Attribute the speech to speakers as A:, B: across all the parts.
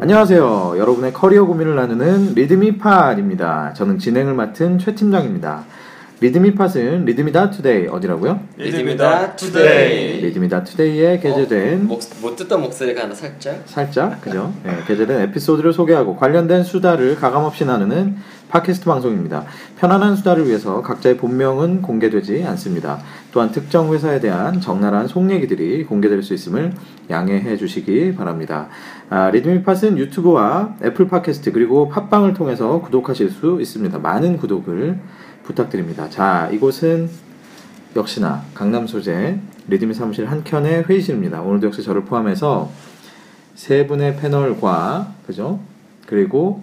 A: 안녕하세요. 여러분의 커리어 고민을 나누는 리드미팟입니다. 저는 진행을 맡은 최 팀장입니다. 리드미팟은 리드미다 투데이 어디라고요?
B: 리듬이다
A: 네,
B: 투데이.
A: 리드미다 투데이에
C: 어,
A: 게재된
B: 목, 못 듣던 목소리가 하나 살짝.
A: 살짝 그죠? 네, 게재된 에피소드를 소개하고 관련된 수다를 가감없이 나누는 팟캐스트 방송입니다. 편안한 수다를 위해서 각자의 본명은 공개되지 않습니다. 또한 특정 회사에 대한 적나라한 속 얘기들이 공개될 수 있음을 양해해 주시기 바랍니다. 아, 리드미팟은 유튜브와 애플 팟캐스트 그리고 팟빵을 통해서 구독하실 수 있습니다. 많은 구독을 부탁드립니다. 자, 이곳은 역시나 강남 소재 리드미 사무실 한 켠의 회의실입니다. 오늘도 역시 저를 포함해서 세 분의 패널과 그죠? 그리고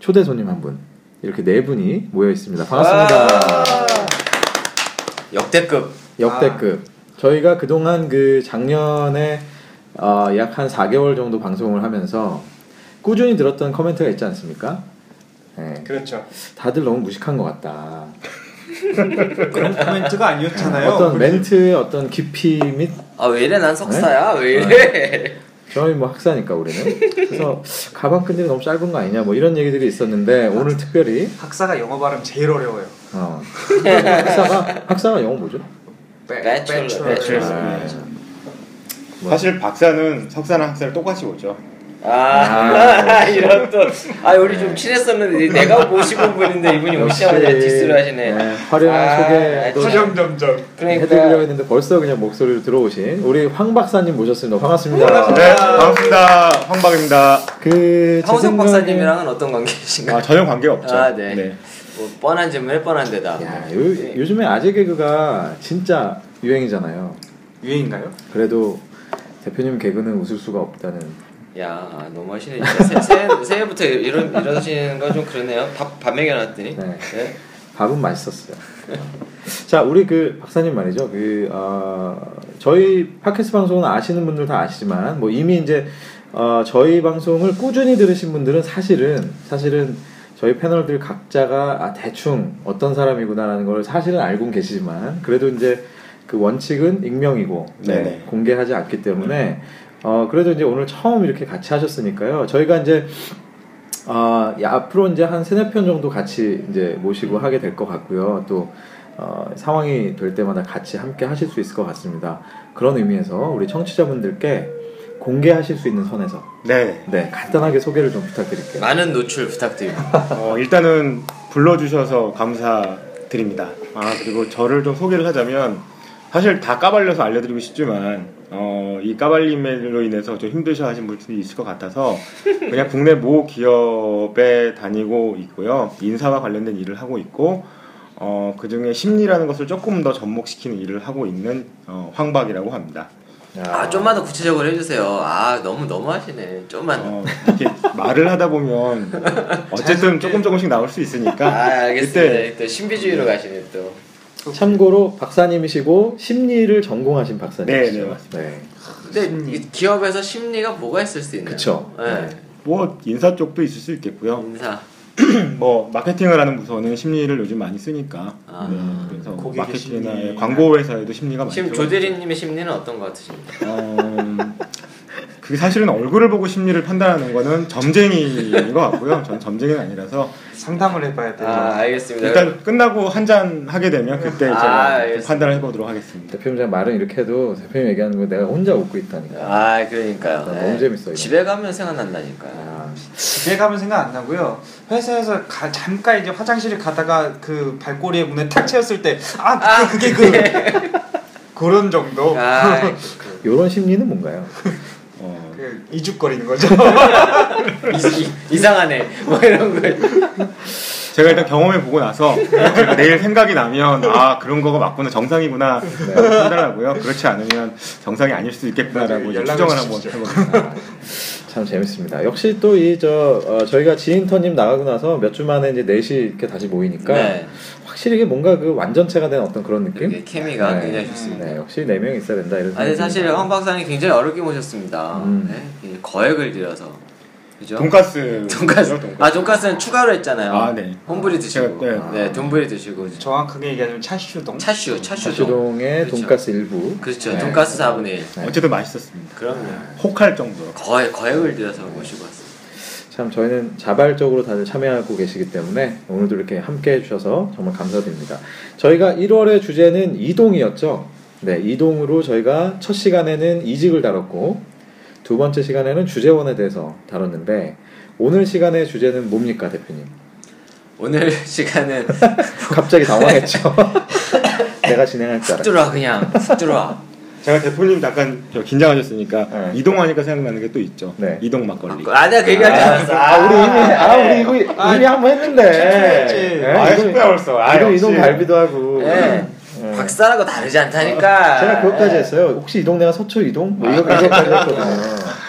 A: 초대 손님 한 분. 이렇게 네 분이 모여 있습니다. 반갑습니다.
C: 아.
B: 역대급.
A: 역대급. 저희가 그동안 그 작년에 어, 약 한 4개월 정도 방송을 하면서 꾸준히 들었던 커멘트가 있지 않습니까? 네.
C: 그렇죠.
A: 다들 너무 무식한 것 같다.
C: 그런 코멘트가 아니었잖아요.
A: 어떤
C: 그렇지?
A: 멘트의 어떤 깊이 및
B: 아 왜 이래 난 석사야
A: 네?
B: 왜 이래.
A: 저희 뭐 학사니까 우리는 그래서 가방 끈들이 너무 짧은 거 아니냐 뭐 이런 얘기들이 있었는데 오늘 특별히
C: 학사가 영어 발음 제일 어려워요.
A: 어.
B: 네.
A: 학사가 학사가 영어 뭐죠?
B: Bachelor. Bachelor. 네.
A: 아, 뭐.
D: 사실 박사는 석사나 학사를 똑같이 보죠.
B: 아 이런 또. 아 우리 좀 친했었는데 내가 모시고 온 분인데 이분이
A: 역시,
B: 무시하자 디스를 하시네.
A: 네, 화려한
B: 아,
A: 소개도
B: 아, 참.
C: 점점점.
A: 해드리려고
B: 그러니까.
A: 했는데 벌써 그냥 목소리로 들어오신 우리 황 박사님 모셨습니다. 반갑습니다.
B: 아.
D: 네, 반갑습니다. 황박입니다.
A: 그제
B: 황우석
A: 생각에-
B: 박사님이랑은 어떤 관계이신가요?
D: 아, 전혀 관계 없죠.
B: 아, 네. 뭐 뻔한 질문에 뻔한 대답.
A: 야, 요, 요즘에 아재 개그가 진짜 유행이잖아요.
C: 유행인가요?
A: 그래도 대표님 개그는 웃을 수가 없다는
B: 야 너무 하시네 진짜 새, 새, 새해부터 이런 이러시는 건 좀 그러네요 밥밥 먹여놨더니
A: 네.
B: 네.
A: 밥은 맛있었어요. 자, 우리 그 박사님 말이죠. 그 어, 저희 팟캐스트 방송은 아시는 분들 다 아시지만 뭐 이미 이제 어, 저희 방송을 꾸준히 들으신 분들은 사실은 사실은 저희 패널들 각자가 아, 대충 어떤 사람이구나라는 걸 사실은 알고 계시지만 그래도 이제 그 원칙은 익명이고 네,
D: 네네.
A: 공개하지 않기 때문에 어, 그래도 이제 오늘 처음 이렇게 같이 하셨으니까요. 저희가 이제 아, 예, 앞으로 이제 한 세네 편 정도 같이 이제 모시고 하게 될 것 같고요. 또 어, 상황이 될 때마다 같이 함께 하실 수 있을 것 같습니다. 그런 의미에서 우리 청취자분들께 공개하실 수 있는 선에서
D: 네.
A: 네 간단하게 소개를 좀 부탁드릴게요.
B: 많은 노출
A: 아.
B: 부탁드립니다.
D: 어, 일단은 불러주셔서 감사드립니다. 아, 그리고 저를 좀 소개를 하자면, 사실 다 까발려서 알려드리고 싶지만, 어, 이 까발림으로 인해서 좀 힘드셔 하신 분들이 있을 것 같아서, 그냥 국내 모 기업에 다니고 있고요. 인사와 관련된 일을 하고 있고, 어, 그 중에 심리라는 것을 조금 더 접목시키는 일을 하고 있는 어, 황박이라고 합니다.
B: 아 좀만 더 구체적으로 해주세요. 아 너무 너무 하시네. 좀만 더.
D: 어, 이렇게 말을 하다 보면 어쨌든 조금 조금씩 나올 수
B: 아
D: 있으니까
B: 알겠습니다.
D: 이때
B: 또 신비주의로 가시네 또.
A: 참고로 박사님이시고 심리를 전공하신 박사님이시죠.
D: 네, 네, 맞습니다.
A: 네.
B: 근데 이 기업에서 심리가 뭐가 있을 수 있나요?
A: 그쵸.
B: 음. 네.
D: 뭐 인사 쪽도 있을 수 있겠고요.
B: 인사.
D: 뭐 마케팅을 하는 부서는 심리를 요즘 많이 쓰니까
B: 아.
D: 네, 그래서 뭐
C: 고객의
D: 마케팅이나
C: 심리.
D: 광고 회사에도 심리가 많이
B: 지금
D: 들어가죠.
B: 조대리님의 심리는 어떤 것 같으십니까?
D: 어, 그게 사실은 얼굴을 보고 심리를 판단하는 거는 점쟁이인 것 같고요. 저는 점쟁이는 아니라서
C: 상담을 해봐야 돼요.
B: 아 알겠습니다.
D: 일단 끝나고 한 잔 하게 되면 그때
B: 아,
D: 제가
B: 알겠습니다.
D: 판단을 해보도록 하겠습니다.
A: 대표님 말은 이렇게 해도 대표님 얘기하는 거 내가 혼자 웃고 있다니까.
B: 아 그러니까요.
A: 너무 재밌어요, 이거.
B: 집에 가면 생각난다니까요.
A: 아,
C: 집에 가면 생각 안 나고요. 회사에서 가- 잠깐 이제 화장실을 가다가 그 발꼬리에 문에 탁 채웠을 때아 그게 그게 그 그런 정도.
B: 아 그렇군요.
A: 이런 심리는 뭔가요?
D: 어,
C: 그 이죽거리는 거죠.
B: 이- 이, 상하네 뭐 이런 거
D: 제가 일단 경험해 보고 나서 제가 내일 생각이 나면 아 그런 거가 맞구나 정상이구나 판단하고요. 그렇지 않으면 정상이 아닐 수도 있겠구나라고 이제
C: 연락을
D: 추정을 한번
C: 주십시오.
D: 해봅니다.
A: 참 재밌습니다. 역시 또 이 저 저희가 지인터님 나가고 나서 몇 주 만에 이제 넷이 이렇게 다시 모이니까
B: 네.
A: 확실히 이게 뭔가 그 완전체가 된 어떤 그런 느낌.
B: 이렇게 케미가
A: 네.
B: 굉장히 좋습니다.
A: 네, 역시 네 명 있어야 된다 이런.
B: 아니
A: 생각이
B: 사실
A: 듭니다.
B: 황 박사님 굉장히 어렵게 모셨습니다.
A: 음.
B: 네, 이 거액을 들여서 그죠?
D: 돈가스
B: 돈가스 아 돈가스는 추가로 했잖아요.
D: 아, 네.
B: 혼불이 드시고
D: 제가,
B: 네 돈불이 드시고
C: 정확하게 얘기하면 차슈동.
B: 차슈 차슈도
A: 자취동의
B: 그렇죠.
A: 돈가스 일부.
B: 그렇죠
A: 네.
B: 돈가스 4분의 1
A: 네.
D: 어쨌든 맛있었습니다.
B: 그럼요
D: 혹할 정도로
B: 거액 거액을 들여서 모시고 왔습니다.
A: 참 저희는 자발적으로 다들 참여하고 계시기 때문에 오늘도 이렇게 함께 해주셔서 정말 감사드립니다. 저희가 1월의 주제는 이동이었죠. 네, 이동으로 저희가 첫 시간에는 이직을 다뤘고 두 번째 시간에는 주재원에 대해서 다뤘는데 오늘 시간의 주제는 뭡니까 대표님?
B: 오늘 시간은
A: 갑자기 당황했죠. 내가 진행할 줄
B: 훅
A: 알았어.
B: 들어와 그냥 훅 들어와.
D: 제가 대표님 잠깐 저 긴장하셨으니까
A: 네.
D: 이동하니까 생각나는 게 또 있죠.
A: 네.
D: 이동 막걸리.
B: 아니야 그 얘기하지 않았어. 네.
A: 아 우리 이미 아
B: 예.
A: 우리 이거 이미 한번 했는데.
C: 했지.
A: 예,
D: 아,
A: 이거-
D: 식구야 벌써. 아,
A: 이동
D: 역시.
A: 이동 갈비도 하고.
B: 예.
A: 예.
B: 박사라고 다르지 않다니까. 네.
A: 제가 그것까지 했어요. 혹시 이동 내가 서초 이동? 뭐 이렇게 이렇게까지 했거든요.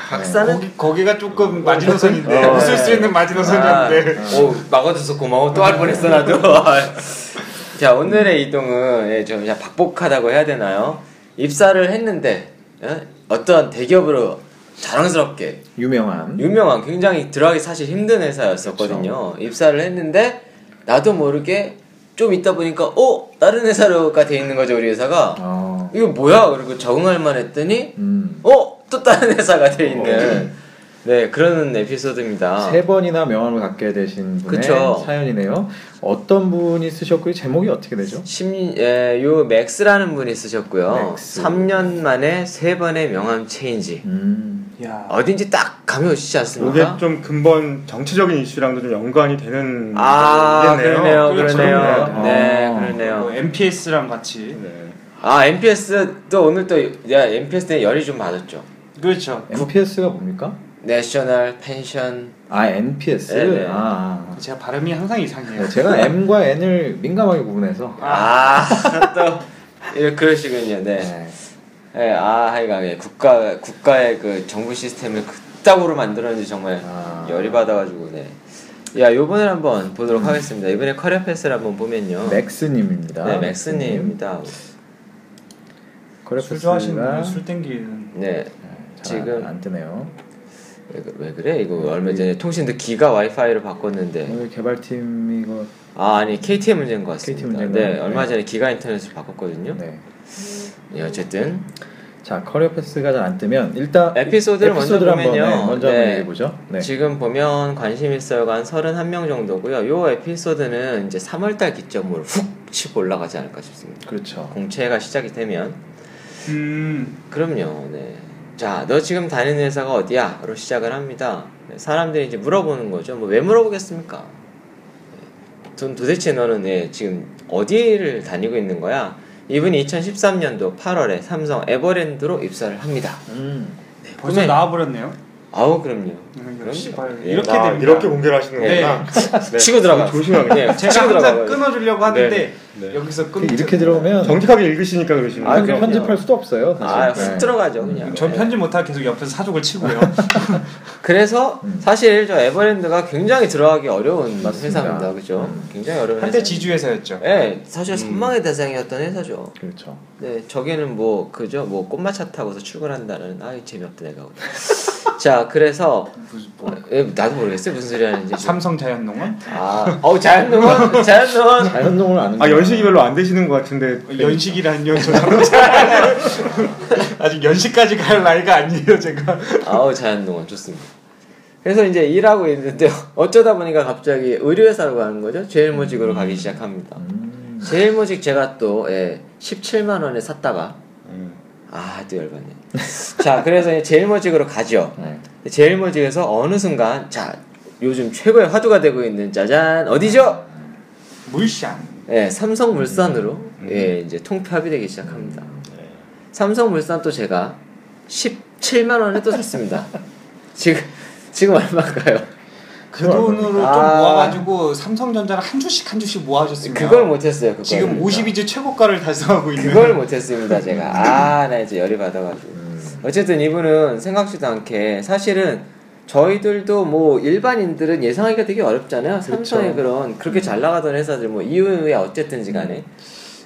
B: 박사는
C: 거기, 가 조금 마지노선인데
A: 어,
C: 웃을
A: 네.
C: 수 있는 마지노선이었는데
B: 오, 막아줘서 고마워. 또 할 뻔했어, 나도. 자, 오늘의 이동은 예, 좀 그냥 박복하다고 해야 되나요? 입사를 했는데, 예? 어떤 대기업으로 자랑스럽게
A: 유명한.
B: 유명한, 굉장히 들어가기 사실 힘든 회사였었거든요. 입사를 했는데, 나도 모르게 좀 있다 보니까, 어? 다른 회사로가 돼 있는 거죠, 우리 회사가.
A: 어.
B: 이거 뭐야? 그리고 적응할 만 했더니,
A: 음.
B: 어? 또 다른 회사가 돼 있는. 네, 그런 에피소드입니다.
A: 세 번이나 명함을 갖게 되신 분의
B: 아. 그쵸.
A: 사연이네요. 어떤 분이 쓰셨고 제목이 어떻게 되죠?
B: 10, 예, 요 맥스라는 분이 쓰셨고요.
A: 맥스.
B: 3년 만에 세 번의 명함 체인지.
A: 음.
B: 아.
C: 야
B: 어딘지 딱 감이 오시지
D: 이게
B: 않습니까?
D: 좀 근본 정치적인 이슈랑도 좀 연관이 되는
B: 아,
D: 일이겠네요. 어.
B: 그러네요. 그러네요.
A: 그렇죠.
B: 네,
A: 아.
C: 뭐
B: 그러네요.
C: MPS랑 같이
D: 네.
B: 아, MPS 또 오늘 또 내가 MPS 때 열이 좀 받았죠.
C: 그렇죠
A: NPS가 뭡니까?
B: 내셔널 펜션
A: 아 NPS.
B: 네, 네.
A: 아. 아.
C: 제가 발음이 항상 이상해요
A: 네, 제가 M과 N을 민감하게 구분해서.
B: 아, 또 이렇게 그러시군요. 네.
A: 네.
B: 네, 아, 하여간 예, 국가 국가의 그 정부 시스템을 그따구로 만들었는지 정말
A: 아.
B: 열이 받아가지고 네. 야 요번에 한번 보도록 하겠습니다. 이번에 커리어 패스를 한번 보면요.
A: 음. 맥스님입니다. 아, 음.
B: 네 맥스님입니다.
A: 그래프스가
C: 술 좋아하시는 분은 술 땡기는
B: 네.
A: 지금
B: 지금-
A: 안 뜨네요.
B: 왜, 그- 왜 그래? 이거 얼마 전에 통신도 기가 와이파이로 바꿨는데
A: 네. 오늘 개발팀 이거
B: 아 아니 KTM 문제인 것 같습니다.
A: KTM 문제인가요?
B: 네
A: 네.
B: 얼마 전에 기가 인터넷을 바꿨거든요.
A: 네.
B: 네 어쨌든
A: 자 커리어 패스가 잘 안 뜨면 일단
B: 에피소드를 먼저
A: 아, 에피소드를
B: 보면요.
A: 한번, 네, 먼저
B: 네.
A: 한번 얘기해 보죠. 네.
B: 지금 보면 관심 있어요가 한 31명 정도고요. 요 에피소드는 이제 3월달 기점으로 훅 치고 올라가지 않을까 싶습니다.
A: 그렇죠.
B: 공채가 시작이 되면
C: 음
B: 그럼요. 네. 자, 너 지금 다니는 회사가 어디야? 로 시작을 합니다. 네, 사람들이 이제 물어보는 거죠. 뭐 왜 물어보겠습니까? 네. 돈 도대체 너는 네, 지금 어디를 다니고 있는 거야? 이분이 2013년도 8월에 삼성 에버랜드로 입사를 합니다.
A: 음.
B: 네,
C: 벌써
B: 그러면-
C: 나와버렸네요
B: 아우 그럼요.
C: 음,
B: 그럼요.
C: 역시 봐요.
B: 예.
C: 이렇게
D: 아,
C: 됩니다
D: 이렇게 공개를 하시는
B: 네.
D: 거구나. 네.
B: 치고 들어가.
D: 조심하게.
B: 네,
C: 제가
B: 치고
C: 항상
B: 들어가.
C: 끊어주려고 하는데
D: 네. 네.
C: 여기서 끊
A: 이렇게 들어오면
D: 정직하게 읽으시니까 그러시는
A: 네. 아
D: 거죠.
A: 그냥
B: 그럼요.
A: 편집할 수도 없어요. 사실. 네.
B: 아, 훅 들어가죠 그냥.
C: 전
B: 네.
C: 편지 못하고 계속 옆에서 사족을 치고요
B: 그래서
A: 음.
B: 사실 저 에버랜드가 굉장히 들어가기 어려운
A: 맞습니다.
B: 회사입니다. 그죠?
A: 음.
B: 굉장히 어려운
C: 한때
B: 회사.
C: 지주회사였죠
B: 예, 사실
D: 음.
B: 선망의 대상이었던 회사죠.
A: 그렇죠.
B: 네, 저기는 뭐 그죠? 뭐 꽃마차 타고서 출근한다는 아이 재미없다 내가. 자, 그래서
C: 무슨
B: 어,
C: 뭐
B: 예, 나도 모르겠어요 무슨 소리 하는지. 지금.
C: 삼성자연농원
B: 아, 어우 자연농원, 자연농원.
A: 자연동을 아는.
D: 아 연식이 별로 안 되시는 것 같은데
C: 어, 연식이라니요 저 남자 아직 연식까지 갈 나이가 아니에요 제가
B: 아우 자연농원 좋습니다. 그래서 이제 일하고 있는데 어쩌다 보니까 갑자기 의료회사로 가는 거죠. 제일모직으로 가기 시작합니다.
A: 음.
B: 제일모직 제가 또 예, 17만 원에 샀다가
D: 음.
B: 아 또 열받네. 자 그래서 이제 제일모직으로 가죠.
A: 네.
B: 제일모직에서 어느 순간 자 요즘 최고의 화두가 되고 있는 짜잔 어디죠?
C: 물샹
B: 예 삼성물산으로
C: 음.
B: 예 이제 통폐합이 되기 시작합니다.
C: 네.
B: 삼성물산 또 제가 17만 원에 또 샀습니다. 지금 지금 얼마인가요?
C: 그 돈으로
B: 아.
C: 좀 모아가지고 삼성전자를 한 주씩 한 주씩 모아줬습니다
B: 그걸 못했어요. 그걸
C: 지금 52주 최고가를 달성하고 있는
B: 네. 그걸 못했습니다 제가 아나 이제 열이 받아가지고
C: 음.
B: 어쨌든 이분은 생각지도 않게 사실은 저희들도 뭐 일반인들은 예상하기가 되게 어렵잖아요
C: 그렇죠.
B: 삼성의 그런
C: 음.
B: 그렇게 잘 나가던 회사들 뭐 이유야 어쨌든지 간에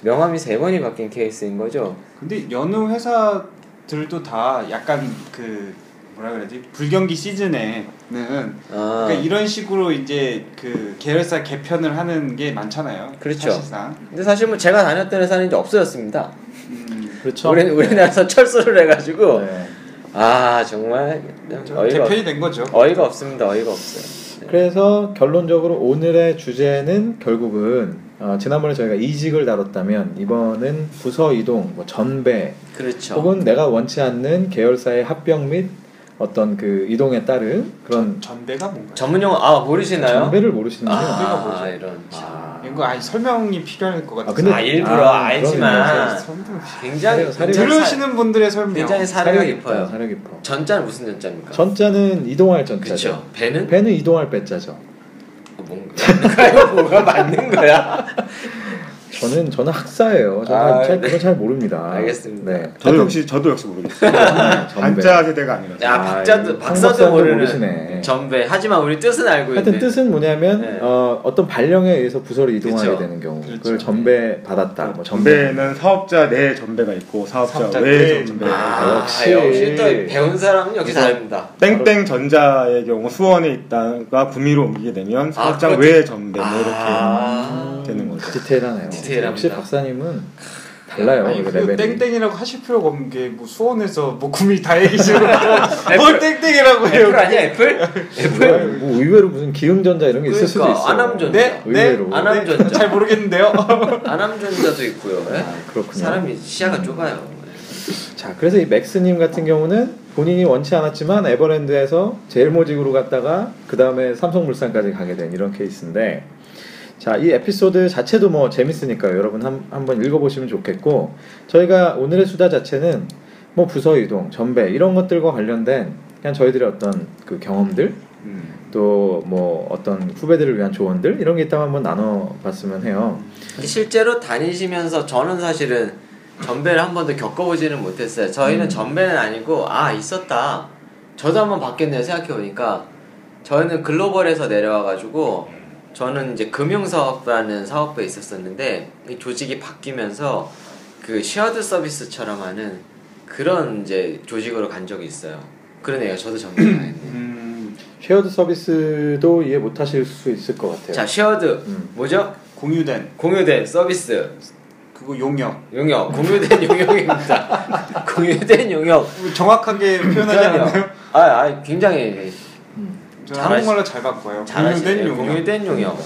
B: 명함이 세 번이 바뀐 케이스인 거죠
C: 근데 여느 회사들도 다 약간 그 뭐라 그래야지 불경기 시즌에는
B: 아,
C: 그러니까 이런 식으로 이제 그 계열사 개편을 하는 게 많잖아요.
B: 그렇죠.
C: 사실상
B: 근데 사실 뭐 제가 다녔던 회사는 이제 없어졌습니다
C: 음,
A: 그렇죠.
B: 네. 우리, 우리나라에서 철수를 해가지고
A: 네.
B: 아 정말
C: 저
B: 어이가,
C: 개편이 된 거죠.
B: 없- 어이가 없습니다. 어이가 없어요. 네.
A: 그래서 결론적으로 오늘의 주제는 결국은 어, 지난번에 저희가 이직을 다뤘다면 이번은 부서 이동, 뭐 전배,
B: 그렇죠.
A: 혹은 내가 원치 않는 계열사의 합병 및 어떤 그 이동에 따른 그런
C: 전배가 뭔가. 요
B: 전문 용어 아 모르시나요?
A: 전배를 모르시는군요.
B: 아,
C: 전배가 뭐죠?
B: 이런 참.
A: 아.
C: 이거 아니 설명이 필요할 것 같아요. 네,
A: 아, 근데-
B: 아 일부러
A: 아,
B: 알지만
C: 설명-
B: 굉장히
A: 사려- 사려-
B: 굉장히 사-
C: 들으시는 분들의 설명.
B: 굉장히 사려가 깊어요.
A: 사려 깊어.
B: 전자는 무슨 전자입니까?
A: 전자는 이동할 전자죠.
B: 그렇죠. 배는 뭐
A: 배는 이동할 배자죠.
B: 뭔가요? 뭐가 맞는 거야?
A: 저는 저는 학사예요. 저는
B: 아,
A: 잘,
B: 네.
A: 그걸 잘 모릅니다.
B: 알겠습니다.
A: 네.
D: 저도 역시 저도 역시 모르겠어요. 한자 세대가 아니라서.
B: 야
A: 아,
B: 박자도
A: 이거
B: 박사도
A: 박사도
B: 모르는
A: 모르시네.
B: 전배. 하지만 우리 뜻은 알고
A: 하여튼
B: 있는.
A: 뜻은 뭐냐면
B: 네.
A: 어, 어떤 발령에 의해서 부서를 이동하게
B: 그쵸. 네.
A: 되는 경우 그걸
C: 그렇죠.
A: 전배 받았다. 뭐 전배.
D: 전배는 사업자 내 전배가 있고 사업자,
C: 사업자
D: 외
C: 내
D: 전배.
C: 전배.
B: 아,
A: 역시.
B: 역시 역시 또 배운 사람은 역시 다릅니다.
D: 땡땡 전자의 경우 수원에 있다가 구미로 옮기게 되면 사업자
B: 그렇죠.
D: 외 전배 뭐 이렇게
B: 아.
D: 되는 거죠.
A: 디테일하네요.
B: 디테일합니다.
A: 역시 박사님은 달라요.
C: 아니
A: 그
C: 그
A: 레벨이.
C: 땡땡이라고 하실 필요가 없는 게 뭐 수원에서 뭐 구미 다행이시고
B: 애플.
C: 뭘 땡땡이라고 해요?
B: 애플
C: 네.
B: 아니야 애플?
A: 뭐야, 뭐 의외로 무슨 기흥전자 이런 게 있을 수도
B: 그러니까,
A: 있어요.
B: 안암전자.
C: 네, 네,
A: 의외로.
B: 안암- 사람
C: 네,
B: 줬죠.
C: 잘 모르겠는데요.
B: 안암전자도 있고요. 예?
A: 아, 그렇군요.
B: 사람이 시야가 좁아요.
A: 자, 그래서 이 맥스님 같은 경우는 본인이 원치 않았지만 에버랜드에서 제일모직으로 갔다가 그 다음에 삼성물산까지 가게 된 이런 케이스인데 자, 이 에피소드 자체도 뭐 재밌으니까요. 여러분 한, 한번 읽어보시면 좋겠고 저희가 오늘의 수다 자체는 뭐 부서 이동, 전배 이런 것들과 관련된 그냥 저희들의 어떤 그 경험들
B: 음.
A: 또 뭐 어떤 후배들을 위한 조언들 이런 게 있다면 한번 나눠봤으면 해요.
B: 근데 실제로 다니시면서 저는 사실은 전배를 한 번도 겪어보지는 못했어요. 저희는
A: 음.
B: 전배는 아니고 아 있었다. 저도 한번 바뀌었네요 생각해보니까 저희는 글로벌에서 내려와가지고 저는 이제 금융사업부라는 사업부에 있었었는데 이 조직이 바뀌면서 그 쉐어드 서비스처럼 하는 그런 이제 조직으로 간 적이 있어요. 그러네요. 저도 전배 다했네요.
C: 음,
A: 쉐어드 서비스도 이해 못하실 수 있을 것 같아요.
B: 자 쉐어드
A: 음.
B: 뭐죠?
C: 공유된
B: 공유된 서비스
C: 그거 용역
B: 용역 공유된 용역입니다. 공유된 용역.
C: 정확하게 표현하지 않나요?
B: 아, 아 굉장히
C: 저
B: 잘하시-
C: 한국말로 잘 바꿔요.
B: 잘하시네요.
C: 공유된 네. 용역.
B: 공유된 용역.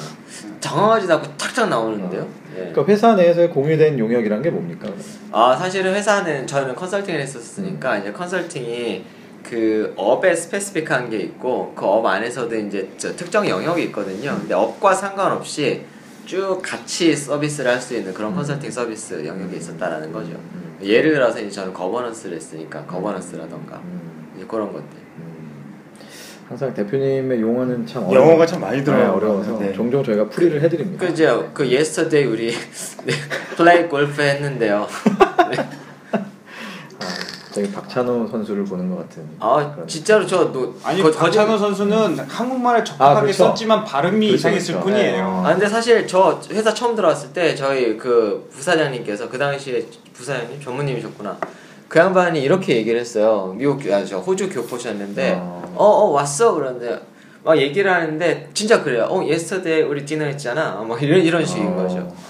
B: 당황하지도 않고 탁탁 나오는데요. 예.
A: 그러니까 회사 내에서의 공유된 용역이란 게 뭡니까?
B: 아 사실은 회사는 저는 컨설팅을
A: 음.
B: 했었으니까 이제 컨설팅이 그 업에 스페시픽한 게 있고 그 업 안에서도 이제 저 특정 영역이
A: 음.
B: 있거든요. 근데 업과 상관없이 쭉 같이 서비스를 할 수 있는 그런 컨설팅 서비스 영역이 있었다라는 거죠.
A: 음.
B: 예를 들어서 이제 저는 거버넌스를 했으니까 거버넌스라던가
A: 음.
B: 이제 그런 것들.
A: 항상 대표님의 용어는 참 어려워요.
D: 영어가 참 많이 들어요.
A: 네, 어려워서
D: 네.
A: 종종 저희가 풀이를 해드립니다.
B: 그죠? 그 yesterday 우리 네, 플레이 골프 했는데요.
A: 아, 되게 박찬호 선수를 보는 것 같은.
B: 아
A: 그런-
B: 진짜로 저 노,
C: 아니
B: 거-
C: 박찬호
B: 거짓말-
C: 선수는 한국말을 적합하게
A: 아, 그렇죠.
C: 썼지만 발음이
A: 그렇죠,
C: 이상했을
A: 그렇죠.
C: 뿐이에요.
B: 아 근데 사실 저 회사 처음 들어왔을 때 저희 그 부사장님께서 그 당시에 부사장님 전무님이셨구나. 그 양반이 이렇게 얘기를 했어요. 미국 아저 호주 교포셨는데
A: 아.
B: 어 어 왔어 그런데 막 얘기를 하는데 진짜 그래요. 어 yesterday 우리 디너했잖아. 막 이런 이런 식인
A: 어,
B: 거죠.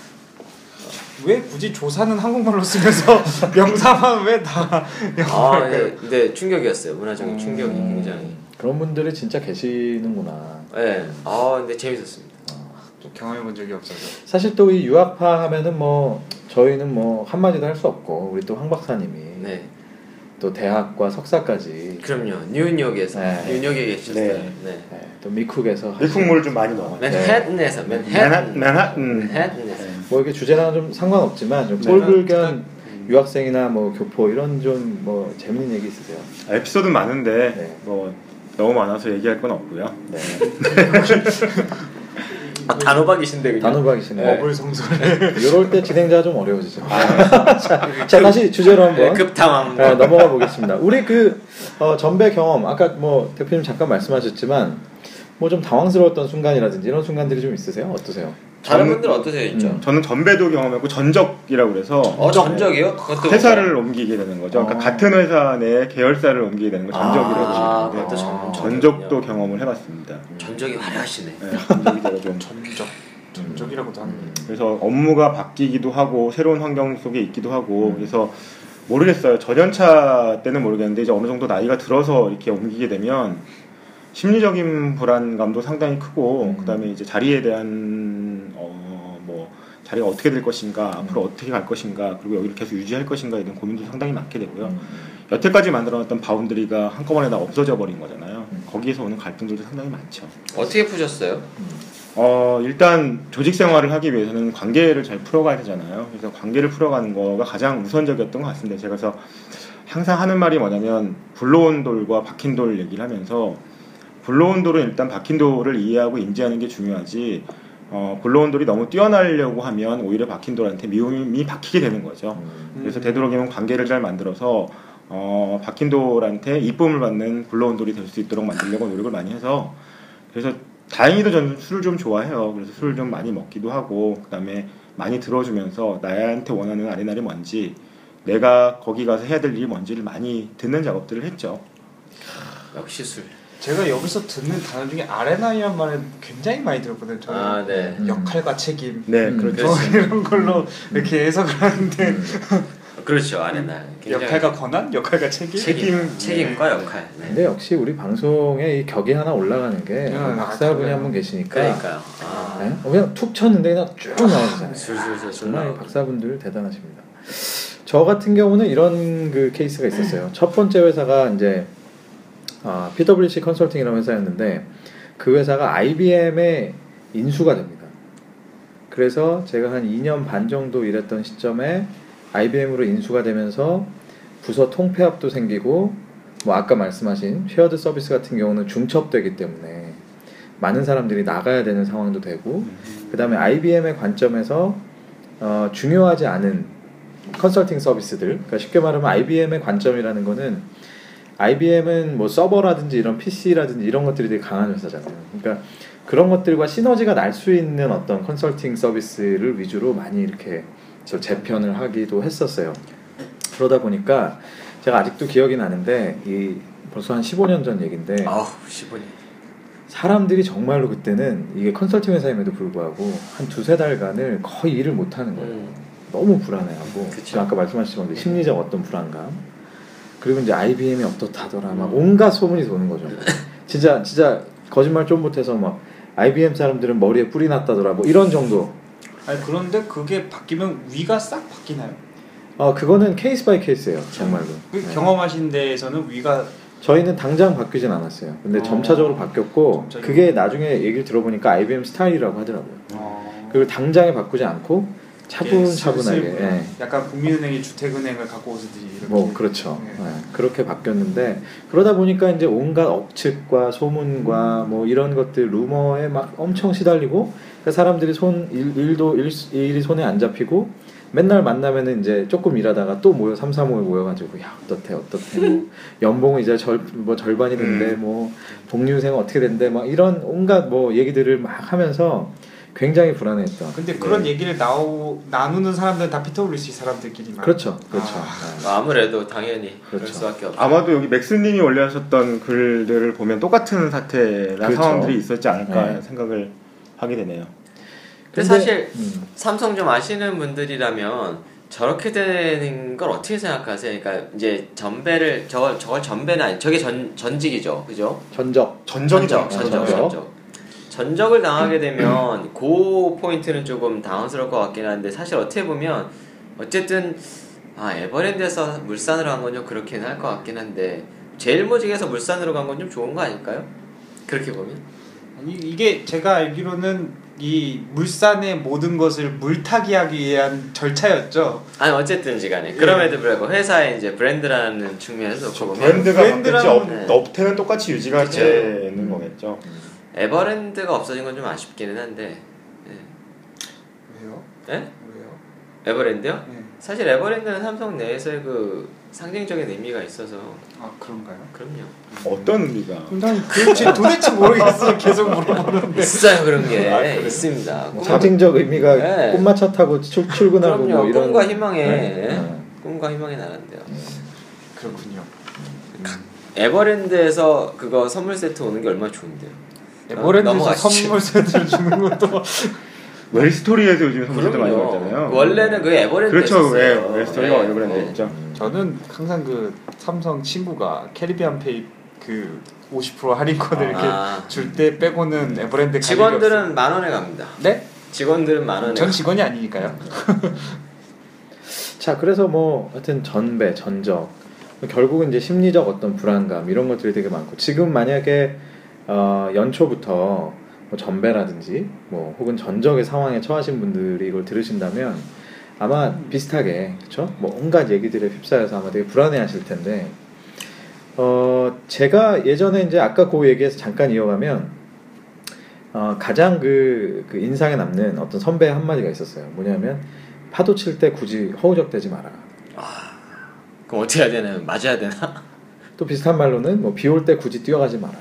C: 왜 굳이 조사는 한국말로 쓰면서 명사만 왜 다
B: 아
C: 영어로?
B: 근데, 근데 충격이었어요. 문화적인
C: 음.
B: 충격이 굉장히.
A: 그런 분들이 진짜 계시는구나.
B: 예. 네. 아 근데 재밌었습니다.
C: 또 경험해 본 적이 없어서.
A: 사실 또 이 유학파 하면은 뭐 저희는 뭐 한마디도 할 수 없고 우리 또 황 박사님이
B: 네.
A: 또 대학과 석사까지
B: 그럼요. 뉴욕에서
A: 네.
B: 뉴욕에 계셨어요.
D: 네.
B: 네. 네.
A: 네, 또 미국에서 하신-
D: 미국물 좀 많이 넣어.
B: 맨해튼에서
D: 맨하-
B: 맨해튼.
D: 맨하튼. 음.
B: 맨해튼에서.
A: 뭐 이게 주제랑 좀 상관없지만 좀
D: 네.
A: 꼴불견 유학생이나 뭐 교포 이런 좀 뭐 재밌는 얘기 있으세요?
D: 아, 에피소드 많은데
A: 네.
D: 뭐 너무 많아서 얘기할 건 없고요.
A: 네.
B: 아 단호박이신데 그냥.
A: 단호박이시네요.
C: 업을 성설해.
A: 이럴 때 진행자가 좀 어려워지죠. 자, 자, 다시 주제로
B: 네,
A: 한번
B: 급탐함.
A: 어, 넘어가 보겠습니다. 우리 그 어, 전배 경험 아까 뭐 대표님 잠깐 말씀하셨지만 뭐 좀 당황스러웠던 순간이라든지 이런 순간들이 좀 있으세요? 어떠세요?
B: 다른
D: 저는-
B: 분들 어떠세요, 있죠?
A: 음.
D: 저는 전배도 경험했고 전적이라고 그래서
B: 어 전적이요? 그것도
D: 회사를 옮기게 되는 거죠. 그러니까
A: 어.
D: 같은 회사 내 계열사를 옮기게 되는 거뭐 전적이라고
B: 그렇죠. 아,
D: 보시는데 음.
B: 그것도
A: 아,
B: 전,
D: 전적도 경험을 해봤습니다.
B: 전적이 화려하시네.
D: 네, 전적이 제가 좀
C: 전적.
B: 음.
C: 전적이라고도 합니다.
D: 그래서 업무가 바뀌기도 하고 새로운 환경 속에 있기도 하고 그래서 모르겠어요. 전연차 때는 모르겠는데 이제 어느 정도 나이가 들어서 이렇게 옮기게 되면 심리적인 불안감도 상당히 크고
A: 음.
D: 그다음에 이제 자리에 대한 어, 뭐 자리가 어떻게 될 것인가 앞으로 어떻게 갈 것인가 그리고 여기를 계속 유지할 것인가에 대한 고민도 상당히 많게 되고요.
A: 음.
D: 여태까지 만들어놨던 바운드리가 한꺼번에 다 없어져 버린 거잖아요. 거기에서 오는 갈등들도 상당히 많죠.
E: 어떻게 푸셨어요?
D: 어, 일단 조직 생활을 하기 위해서는 관계를 잘 풀어가야 되잖아요. 그래서 관계를 풀어가는 거가 가장 우선적이었던 것 같습니다. 제가 그래서 항상 하는 말이 뭐냐면 불러온 돌과 박힌 돌 얘기를 하면서 불러온 돌은 일단 박힌 돌을 이해하고 인지하는 게 중요하지 어, 불러온 돌이 너무 뛰어나려고 하면 오히려 박힌 돌한테 미움이 박히게 되는 거죠. 그래서 되도록이면 관계를 잘 만들어서 어, 박힌돌한테 이쁨을 받는 굴러온 돌이 될 수 있도록 만들려고 노력을 많이 해서 그래서 다행히도 저는 술을 좀 좋아해요. 그래서 술을 좀 많이 먹기도 하고 그다음에 많이 들어주면서 나한테 원하는 아리날이 뭔지 내가 거기 가서 해야 될 일이 뭔지를 많이 듣는 작업들을 했죠.
E: 역시 술.
C: 제가 여기서 듣는 단어 중에 아레나이란 말을 굉장히 많이 들었거든요. 저는
E: 아 네.
A: 음.
C: 역할과 책임
D: 네,
A: 음.
D: 그렇죠.
C: 뭐 이런 걸로 이렇게 해석을 하는데
B: 그렇죠 아레나
C: 역할과 권한, 역할과 책임.
B: 책임
D: 책임.
B: 책임과 역할 네.
A: 근데 역시 우리 방송에 이 격이 하나 올라가는 게
C: 아,
A: 박사분이
C: 그래요.
A: 한 분 계시니까
B: 그러니까요 아,
A: 네? 어, 그냥 툭 쳤는데 그냥 쭉 나오잖아요.
B: 술술술술
A: 정말
B: 나오고
A: 박사분들 대단하십니다. 저 같은 경우는 이런 그 케이스가 있었어요. 첫 번째 회사가 이제 아, PwC 컨설팅이라는 회사였는데 그 회사가 IBM의 인수가 됩니다. 그래서 제가 한 2년 반 정도 일했던 시점에 IBM으로 인수가 되면서 부서 통폐합도 생기고 뭐 아까 말씀하신 쉐어드 서비스 같은 경우는 중첩되기 때문에 많은 사람들이 나가야 되는 상황도 되고 그 다음에 IBM의 관점에서 어, 중요하지 않은 컨설팅 서비스들 그러니까 쉽게 말하면 IBM의 관점이라는 거는 IBM은 뭐 서버라든지 이런 PC라든지 이런 것들이 되게 강한 회사잖아요. 그러니까 그런 것들과 시너지가 날 수 있는 어떤 컨설팅 서비스를 위주로 많이 이렇게 저 재편을 하기도 했었어요. 그러다 보니까 제가 아직도 기억이 나는데 이 벌써 한 15년 전 얘긴데
B: 아우 15년
A: 사람들이 정말로 그때는 이게 컨설팅 회사임에도 불구하고 한 두세 달간을 거의 일을 못 하는 거예요.
B: 음.
A: 너무 불안해하고
B: 그쵸. 음.
A: 지금 아까 말씀하셨지만 그 심리적 어떤 불안감 그리고 이제 IBM이 어떻다더라 막
B: 음.
A: 온갖 소문이 도는 거죠. 진짜 진짜 거짓말 좀 못해서 막 IBM 사람들은 머리에 뿔이 났다더라 뭐 이런 정도.
C: 아니 그런데 그게 바뀌면 위가 싹 바뀌나요?
A: 어 그거는 케이스 바이 케이스예요 정말로.
C: 그
A: 네.
C: 경험하신 데에서는 위가
A: 저희는 당장 바뀌진 않았어요. 근데
C: 어.
A: 점차적으로 바뀌었고
C: 점차적으로.
A: 그게 나중에 얘기를 들어보니까 IBM 스타일이라고 하더라고요.
C: 어,
A: 그걸 당장에 바꾸지 않고 차분차분하게
C: 슬슬
A: 예.
C: 약간 국민은행이 주택은행을 갖고 오듯이 이렇게
B: 음.
A: 뭐 그렇죠
C: 네.
A: 예, 그렇게 바뀌었는데 그러다 보니까 이제 온갖 억측과 소문과 뭐 이런 것들 루머에 막 엄청 시달리고 그 사람들이 손 일, 도 일, 일이 손에 안 잡히고 맨날 만나면은 이제 조금 일하다가 또 모여 삼삼오에 모여가지고 야 어떻대 어떻대 뭐 연봉은 이제 절 뭐 절반이 된대
B: 음.
A: 뭐 복류생 어떻게 된대 막 이런 온갖 뭐 얘기들을 막 하면서 굉장히 불안했던
B: 아.
C: 근데
A: 네.
C: 그런 얘기를 나오, 나누는 사람들은 다 PWC 사람들끼리만
A: 그렇죠 그렇죠 예.
B: 뭐 아무래도 당연히 그럴
A: 그렇죠.
B: 수밖에 없죠
D: 아마도 여기 맥스님이 올려하셨던 글들을 보면 똑같은 사태나
A: 그렇죠.
D: 상황들이 있었지 않을까
A: 네.
D: 생각을 하게 되네요.
B: 근데 사실
A: 음.
B: 삼성 좀 아시는 분들이라면 저렇게 되는 걸 어떻게 생각하세요? 그러니까 이제 전배를 저걸 저걸 전배는 아니 저게 전 전직이죠, 그죠?
A: 전적
B: 전적, 전적,
A: 전적.
B: 전적. 전적을 당하게 되면 그 포인트는 조금 당황스러울 것 같긴 한데 사실 어떻게 보면 어쨌든 아 에버랜드에서 물산으로 간 건 좀 그렇긴 할 것 같긴 한데 제일모직에서 물산으로 간 건 좀 좋은 거 아닐까요? 그렇게 보면
C: 아니, 이게 제가 알기로는 이 물산의 모든 것을 물타기하기 위한 절차였죠.
B: 아니 어쨌든지간에 그럼에도 불구하고 회사의 이제 브랜드라는 측면에서 놓고 보면
D: 브랜드가 바뀌지
C: 브랜드라는-
D: 업, 업태는 똑같이 유지가
B: 네. 그쵸.
D: 되는 거겠죠.
B: 에버랜드가 없어진 건 좀 아쉽기는 한데
C: 왜요?
B: 예?
C: 왜요?
B: 에버랜드요?
C: 네.
B: 사실 에버랜드는 삼성 내에서의 그 상징적인 의미가 있어서
C: 아 그런가요?
B: 그럼요
D: 어떤 의미가?
C: 난 도대체, 도대체 모르겠어요. 계속 물어보는데.
B: 있어요 그런 게
C: 아, 그래요?
B: 있습니다
A: 뭐 상징적 의미가
B: 네.
A: 꽃마차 타고 출, 출근하고
B: 그럼요
A: 뭐 이런
B: 꿈과 희망의
A: 네. 네.
B: 꿈과 희망의 나라인데요
C: 그렇군요.
B: 에버랜드에서 그거 선물 세트 오는 게 얼마나 좋은데요
C: 음. 에버랜드에서
B: 넘어가시죠.
C: 선물 세트를 주는 것도
D: 웰스토리에서 요즘 선물도 많이
B: 그럼요.
D: 받잖아요.
B: 원래는 그 에버랜드였어요
D: 예,
A: 예. 네.
D: 그렇죠. 예, 웰스토리가 에버랜드 였죠
C: 저는 항상 그 삼성 친구가 캐리비안 페이 그 50%
B: 어.
C: 할인권을 이렇게
F: 아.
C: 줄 때 빼고는 에버랜드 갈 일이 없어요.
F: 직원들은 만 원에 갑니다.
C: 네?
F: 직원들은 만 원에.
C: 전 직원이 아니니까요.
A: 자, 그래서 뭐 하여튼 전배, 전적 결국은 이제 심리적 어떤 불안감 이런 것들이 되게 많고 지금 만약에 어, 연초부터 뭐 전배라든지 뭐 혹은 전적의 상황에 처하신 분들이 이걸 들으신다면 아마 비슷하게 그렇죠? 뭐 온갖 얘기들에 휩싸여서 아마 되게 불안해하실 텐데 어, 제가 예전에 이제 아까 그 얘기에서 잠깐 이어가면 어, 가장 그, 그 인상에 남는 어떤 선배의 한마디가 있었어요. 뭐냐면 파도 칠 때 굳이 허우적대지 마라.
F: 그럼 어떻게 해야 되나요? 맞아야 되나?
A: 또 비슷한 말로는 뭐 비 올 때 굳이 뛰어가지 마라.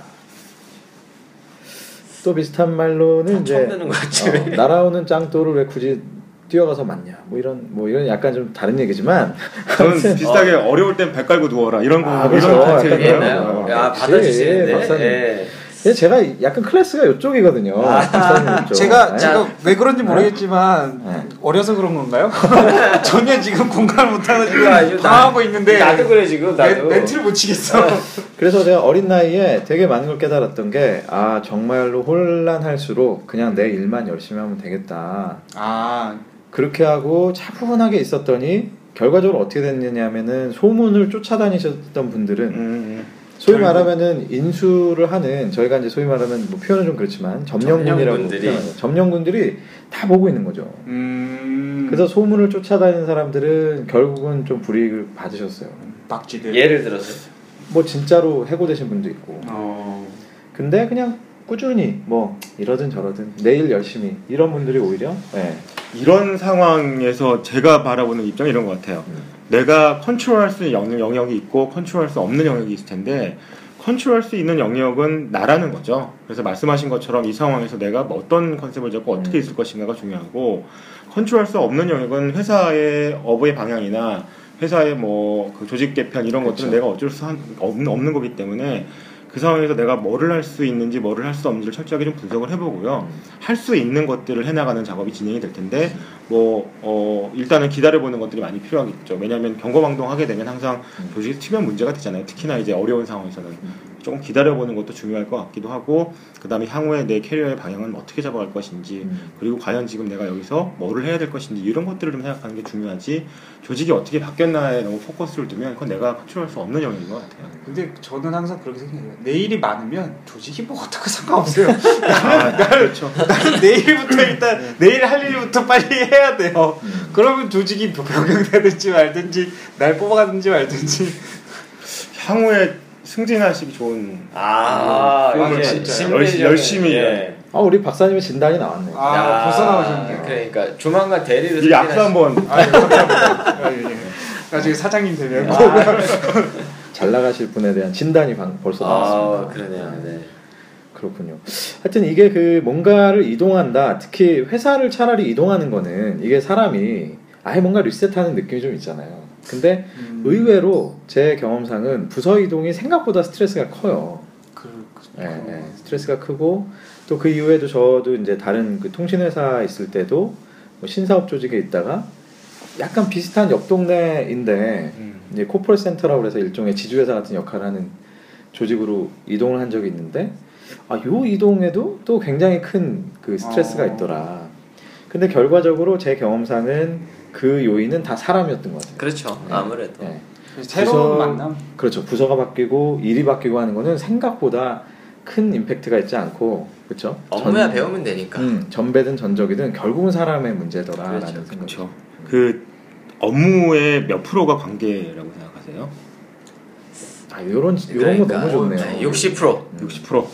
A: 또 비슷한 말로는
F: 다 처음
A: 이제
F: 듣는 것 같지.
A: 네. 어, 날아오는 짱돌을 왜 굳이 뛰어가서 맞냐. 뭐 이런 뭐 이런 약간 좀 다른 얘기지만
D: 저는 비슷하게 어. 려울 땐 배 깔고 누워라 이런 거
A: 아,
D: 이런
A: 그렇죠.
D: 거
A: 약간
D: 같아요.
A: 그런 거.
F: 있나요?
A: 어,
F: 야
A: 역시
F: 받아주시는데.
A: 박사님.
F: 예.
A: 예, 제가 약간 클래스가 이쪽이거든요. 박사님 쪽.
C: 아, 제가
A: 어, 네.
C: 제가 왜 그런지 모르겠지만
A: 네.
C: 어려서 그런 건가요? 전혀 지금 공감을 못하는
F: 이거 아주
C: 지금 당하고 있는데
F: 나도 그래 지금
C: 멘-
F: 나도.
C: 멘트를 못 치겠어.
A: 그래서 제가 어린 나이에 되게 많은 걸 깨달았던 게 아 정말로 혼란할수록 그냥 내 일만 열심히 하면 되겠다.
C: 아
A: 그렇게 하고 차분하게 있었더니 결과적으로 어떻게 됐느냐면은 소문을 쫓아다니셨던 분들은
D: 음,
A: 소위
C: 결국.
A: 말하면은 인수를 하는 저희가 이제 소위 말하면 뭐 표현은 좀 그렇지만 점령군이라고
F: 점령군들이.
A: 표현하죠. 점령군들이 다 보고 있는 거죠.
C: 음.
A: 그래서 소문을 쫓아다니는 사람들은 결국은 좀 불이익을 받으셨어요.
C: 박쥐들.
F: 예를 들어서.
A: 뭐 진짜로 해고되신 분도 있고.
C: 어.
A: 근데 그냥 꾸준히 뭐 이러든 저러든 내일 열심히 이런 분들이 오히려 예.
D: 이런 상황에서 제가 바라보는 입장이 이런 것 같아요.
A: 음.
D: 내가 컨트롤할 수 있는 영- 영역이 있고 컨트롤할 수 없는 영역이 있을 텐데 컨트롤할 수 있는 영역은 나라는 거죠. 그래서 말씀하신 것처럼 이 상황에서 내가 뭐 어떤 컨셉을 잡고 어떻게
A: 음.
D: 있을 것인가가 중요하고 컨트롤할 수 없는 영역은 회사의 업의 방향이나 회사의 뭐그 조직 개편 이런 것들은 내가 어쩔 수 한- 없는, 없는 거기 때문에 그 상황에서 내가 뭐를 할 수 있는지 뭐를 할 수 없는지를 철저하게 좀 분석을 해보고요. 할 수 있는 것들을 해나가는 작업이 진행이 될 텐데 뭐 어, 일단은 기다려보는 것들이 많이 필요하겠죠. 왜냐하면 경거망동 하게 되면 항상
A: 음.
D: 조직 치면 문제가 되잖아요. 특히나 이제 어려운 상황에서는
A: 음.
D: 조금 기다려보는 것도 중요할 것 같기도 하고 그 다음에 향후에 내 캐리어의 방향은 어떻게 잡아갈 것인지
A: 음.
D: 그리고 과연 지금 내가 여기서 뭐를 해야 될 것인지 이런 것들을 좀 생각하는 게 중요하지 조직이 어떻게 바뀌었나에 너무 포커스를 두면 그건 내가 컨트롤할 수 없는 영역인 것 같아요.
C: 근데 저는 항상 그렇게 생각해요. 내일이 많으면 조직이 뭐 어떻게 상관없어요.
D: 아, 그렇죠.
C: 나는 내일부터 일단 내일 할 일부터 빨리 해야 돼요.
A: 음.
C: 그러면 조직이 뭐 변경되든지 말든지 날 뽑아가든지 말든지
D: 향후에 승진하시기 좋은
F: 아,
C: 음,
F: 이게
C: 진짜.
F: 심리적인-
D: 열심히
F: 예.
A: 아 우리 박사님의 진단이 나왔네요.
C: 아,
F: 야,
C: 벌써 나오셨네요.
F: 그러니까 조만간 대리를
D: 이 악수 한번
C: 아, 예, 감사합니다. 아, 예, 예. 나중에 사장님 되면 꼭
A: 잘 나가실 분에 대한 진단이 방- 벌써 나왔습니다.
F: 아, 그러네요. 네.
A: 그렇군요. 하여튼 이게 그 뭔가를 이동한다. 특히 회사를 차라리 이동하는 거는 이게 사람이 아예 뭔가 리셋하는 느낌이 좀 있잖아요. 근데
C: 음,
A: 의외로 제 경험상은 부서 이동이 생각보다 스트레스가 커요.
C: 그, 그,
A: 예, 예. 스트레스가 크고 또 그 이후에도 저도 이제 다른 그 통신회사 있을 때도 뭐 신사업 조직에 있다가 약간 비슷한 옆 동네인데 이제 코퍼럴 센터라고 해서 일종의 지주회사 같은 역할을 하는 조직으로 이동을 한 적이 있는데 아, 요 이동에도 또 굉장히 큰 그 스트레스가
C: 어.
A: 있더라. 근데 결과적으로 제 경험상은 그 요인은 다 사람이었던 것 같아요.
F: 그렇죠.
A: 네.
F: 아무래도.
A: 예. 그래서-
C: 새로운 만남.
A: 그렇죠. 부서가 바뀌고 일이 바뀌고 하는 거는 생각보다 큰 임팩트가 있지 않고 그렇죠.
F: 업무야
A: 전-
F: 배우면 되니까.
A: 음, 전배든 전적이든 결국은 사람의 문제더라라는
F: 그렇죠,
A: 생각.
D: 그렇죠. 그 업무의 몇 프로가 관계라고 생각하세요?
A: 아, 요런 요런
B: 그러니까.
A: 거 너무 좋네요.
B: 어,
F: 네, 60%.
A: 음.
D: 60%,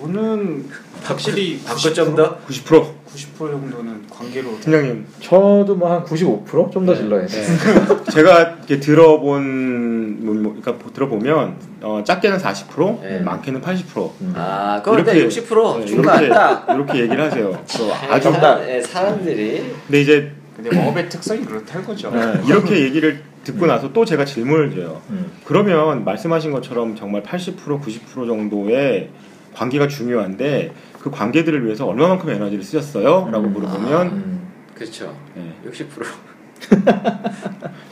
C: 저는 확실히
F: 바꿔 좀 더.
D: 90%.
C: 90% 정도는 관계로
D: 팀장님,
A: 저도 뭐 한 95%좀 더 질러야지.
D: 네. 제가 이렇게 들어본 뭐, 뭐, 그러니까 들어보면 어, 작게는 40%,
F: 네.
D: 많게는 80%.
A: 음.
F: 아, 그런데 60%
B: 어,
D: 네,
F: 중간 딱.
D: 이렇게, 이렇게 얘기를 하세요. 또 아주
F: 사- 예, 사람들이
D: 근데 이제
C: 근데 뭐 업의 특성이 그렇다는 거죠.
D: 네, 이렇게 얘기를 듣고 나서 또 제가 질문을 드려요.
A: 음.
D: 그러면 말씀하신 것처럼 정말 80% 90% 정도의 관계가 중요한데 그 관계들을 위해서 얼마만큼 에너지를 쓰셨어요? 라고
A: 음.
D: 물어보면
A: 음.
F: 그렇죠.
D: 네.
F: 60%.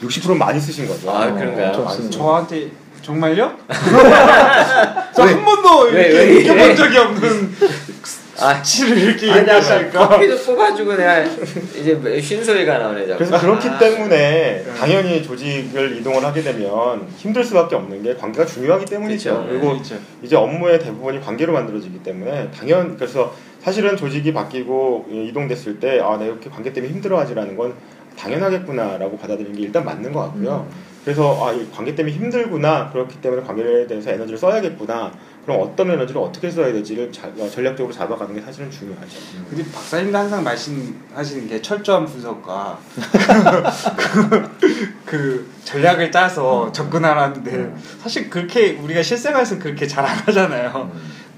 D: 60% 많이 쓰신 거죠.
B: 아,
D: 어,
B: 그런가요?
D: 좀
A: 아,
D: 많이 쓰-
C: 저한테 정말요? 저 한 번도
B: 왜,
C: 이렇게
B: 왜,
C: 이겨본
B: 왜?
C: 적이 없는
B: 아,
C: 치를 이렇게
B: 아니 아까
C: 얘기하실까?
B: 커피도 뽑아주고 내가 이제 쉰소리가 나오네 자꾸.
D: 그래서 그렇기
B: 아,
D: 때문에
C: 네.
D: 당연히 조직을 이동을 하게 되면 힘들 수밖에 없는 게 관계가 중요하기
B: 그쵸.
D: 때문이죠. 그리고 이제 업무의 대부분이 관계로 만들어지기 때문에 당연 그래서 사실은 조직이 바뀌고 이동됐을 때 아 내가 이렇게 관계 때문에 힘들어하지라는 건 당연하겠구나라고 받아들이는 게 일단 맞는 것 같고요. 그래서 아이 관계 때문에 힘들구나 그렇기 때문에 관계에 대해서 에너지를 써야겠구나 그럼 어떤 에너지를 어떻게 써야 될지를 자- 어, 전략적으로 잡아가는 게 사실은 중요하죠.
C: 근데 박사님도 항상 말씀하시는 게 철저한 분석과 그, 그 전략을 짜서
B: 음.
C: 접근하라는데 사실 그렇게 우리가 실생활에서 그렇게 잘 안 하잖아요.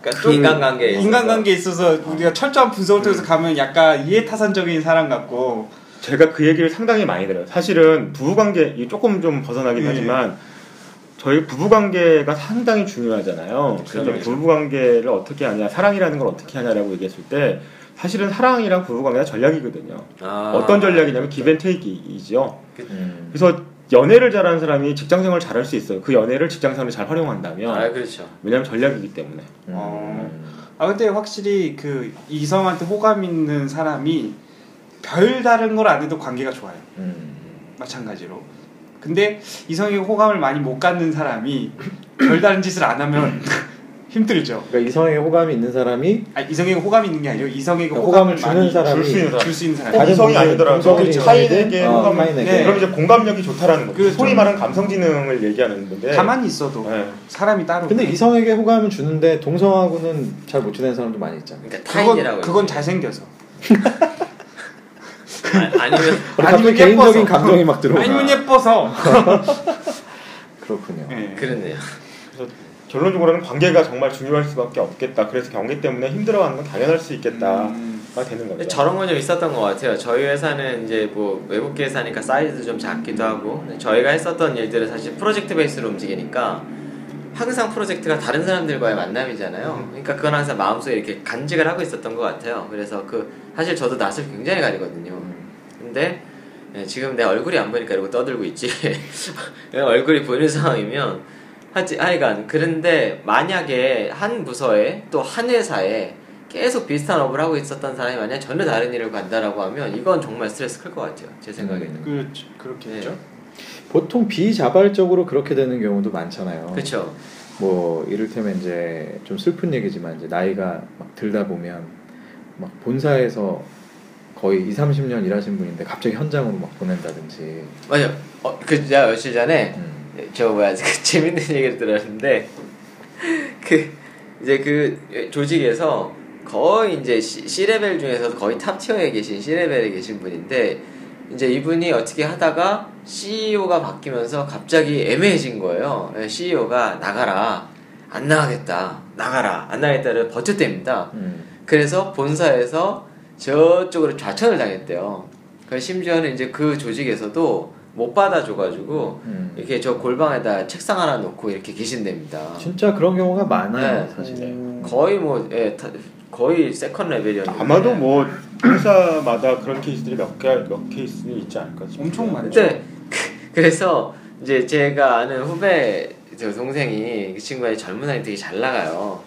B: 그러니까 좀 인간관계에 있어서. 음.
C: 인간관계에 있어서 우리가 철저한 분석을 통해서 가면 약간 이해타산적인 사람 같고
D: 제가 그 얘기를 상당히 많이 들어요. 사실은 부부관계 이 조금 좀 벗어나긴
C: 예.
D: 하지만 저희 부부관계가 상당히 중요하잖아요. 그래서
B: 그렇죠.
D: 부부관계를 어떻게 하냐, 사랑이라는 걸 어떻게 하냐라고 얘기했을 때 사실은 사랑이랑 부부관계가 전략이거든요.
B: 아,
D: 어떤 전략이냐면 기벤테이크이죠.
A: 음.
D: 그래서 연애를 잘하는 사람이 직장생활 을 잘할 수 있어요. 그 연애를 직장생활에 잘 활용한다면
B: 아 그렇죠.
D: 왜냐하면 전략이기 때문에.
A: 음.
C: 아 근데 확실히 그 이성한테 호감 있는 사람이 별 다른 걸 안 해도 관계가 좋아요.
A: 음.
C: 마찬가지로. 근데 이성에게 호감을 많이 못 갖는 사람이 별다른 짓을 안 하면 힘들죠.
A: 그러니까 이성에게 호감이 있는 사람이
C: 아 이성에게 호감이 있는 게 아니라 이성에게
A: 그러니까
C: 호감을,
A: 호감을 주는 사람이
D: 줄수 있는
C: 많이 줄 수 있는 사람.
A: 다른
D: 이성이
A: 분들,
D: 아니더라도
A: 동성이
D: 타인에게
A: 있는데, 어,
D: 호감을
A: 타인에게.
C: 네.
D: 그럼 이제 공감력이 좋다라는 거죠.
C: 그렇죠.
D: 소위 말하는 감성지능을 얘기하는 건데.
C: 가만히 있어도
D: 네.
C: 사람이 따로.
A: 근데 이성에게 호감은 주는데 동성하고는 잘 못 지내는 사람도 많이 있잖아요.
B: 그러니까 타인이라고.
C: 그건 그건 잘생겨서.
B: 아, 아니면
A: 우리 갑자기
C: 아니면
A: 개인적인
C: 예뻐서.
A: 감정이 막 들어오나.
C: 아니면 예뻐서.
A: 그렇군요.
C: 네.
B: 그렇네요.
D: 결론적으로는 관계가 정말 중요할 수밖에 없겠다. 그래서 경계 때문에 힘들어하는 건 당연할 수 있겠다가
C: 음.
D: 되는
B: 근데
D: 거죠.
B: 저런 건 좀 있었던 것 같아요. 저희 회사는 이제 뭐 외국계 회사니까 사이즈도 좀 작기도 하고 근데 저희가 했었던 일들은 사실 프로젝트 베이스로 움직이니까 항상 프로젝트가 다른 사람들과의
D: 음.
B: 만남이잖아요. 그러니까 그건 항상 마음속에 이렇게 간직을 하고 있었던 것 같아요. 그래서 그 사실 저도 낯을 굉장히 가리거든요.
D: 음.
B: 근데 예, 지금 내 얼굴이 안 보니까 이러고 떠들고 있지. 내 얼굴이 보이는 상황이면 하지 하여간 그런데 만약에 한 부서에 또 한 회사에 계속 비슷한 업을 하고 있었던 사람이 만약 전혀 다른 일을 간다라고 하면 이건 정말 스트레스 클 것 같아요. 제 생각에는.
C: 그
A: 네,
C: 그렇겠죠.
A: 보통 비자발적으로 그렇게 되는 경우도 많잖아요.
B: 그렇죠.
A: 뭐 이를테면 이제 좀 슬픈 얘기지만 이제 나이가 막 들다 보면 막 본사에서 거의 2, 30년 일하신 분인데 갑자기 현장으로 막 보낸다든지.
B: 맞아요. 어, 그 제가 며칠 전에
A: 음.
B: 저 뭐야 그 재밌는 얘기를 들었는데 그 이제 그 조직에서 거의 이제 C, C레벨 중에서도 거의 탑 티어에 계신 C레벨에 계신 분인데 이제 이분이 어떻게 하다가 CEO가 바뀌면서 갑자기 애매해진 거예요. CEO가 나가라 안 나가겠다 나가라 안 나가겠다를 버텼답니다.
A: 음.
B: 그래서 본사에서 저쪽으로 좌천을 당했대요. 그 심지어는 이제 그 조직에서도 못 받아줘가지고
A: 음.
B: 이렇게 저 골방에다 책상 하나 놓고 이렇게 계신답니다.
A: 진짜 그런 경우가 많아요,
B: 네.
A: 사실.
B: 거의 뭐 예, 타- 거의 세컨 레벨이었는데
D: 아마도 뭐 회사마다 그런 케이스들이 몇 개 몇 케이스 있지 않을까 싶어요.
C: 엄청 많죠.
B: 그때 그- 그래서 이제 제가 아는 후배 저 동생이 그 친구가 이제 젊은 아이 되게 잘 나가요.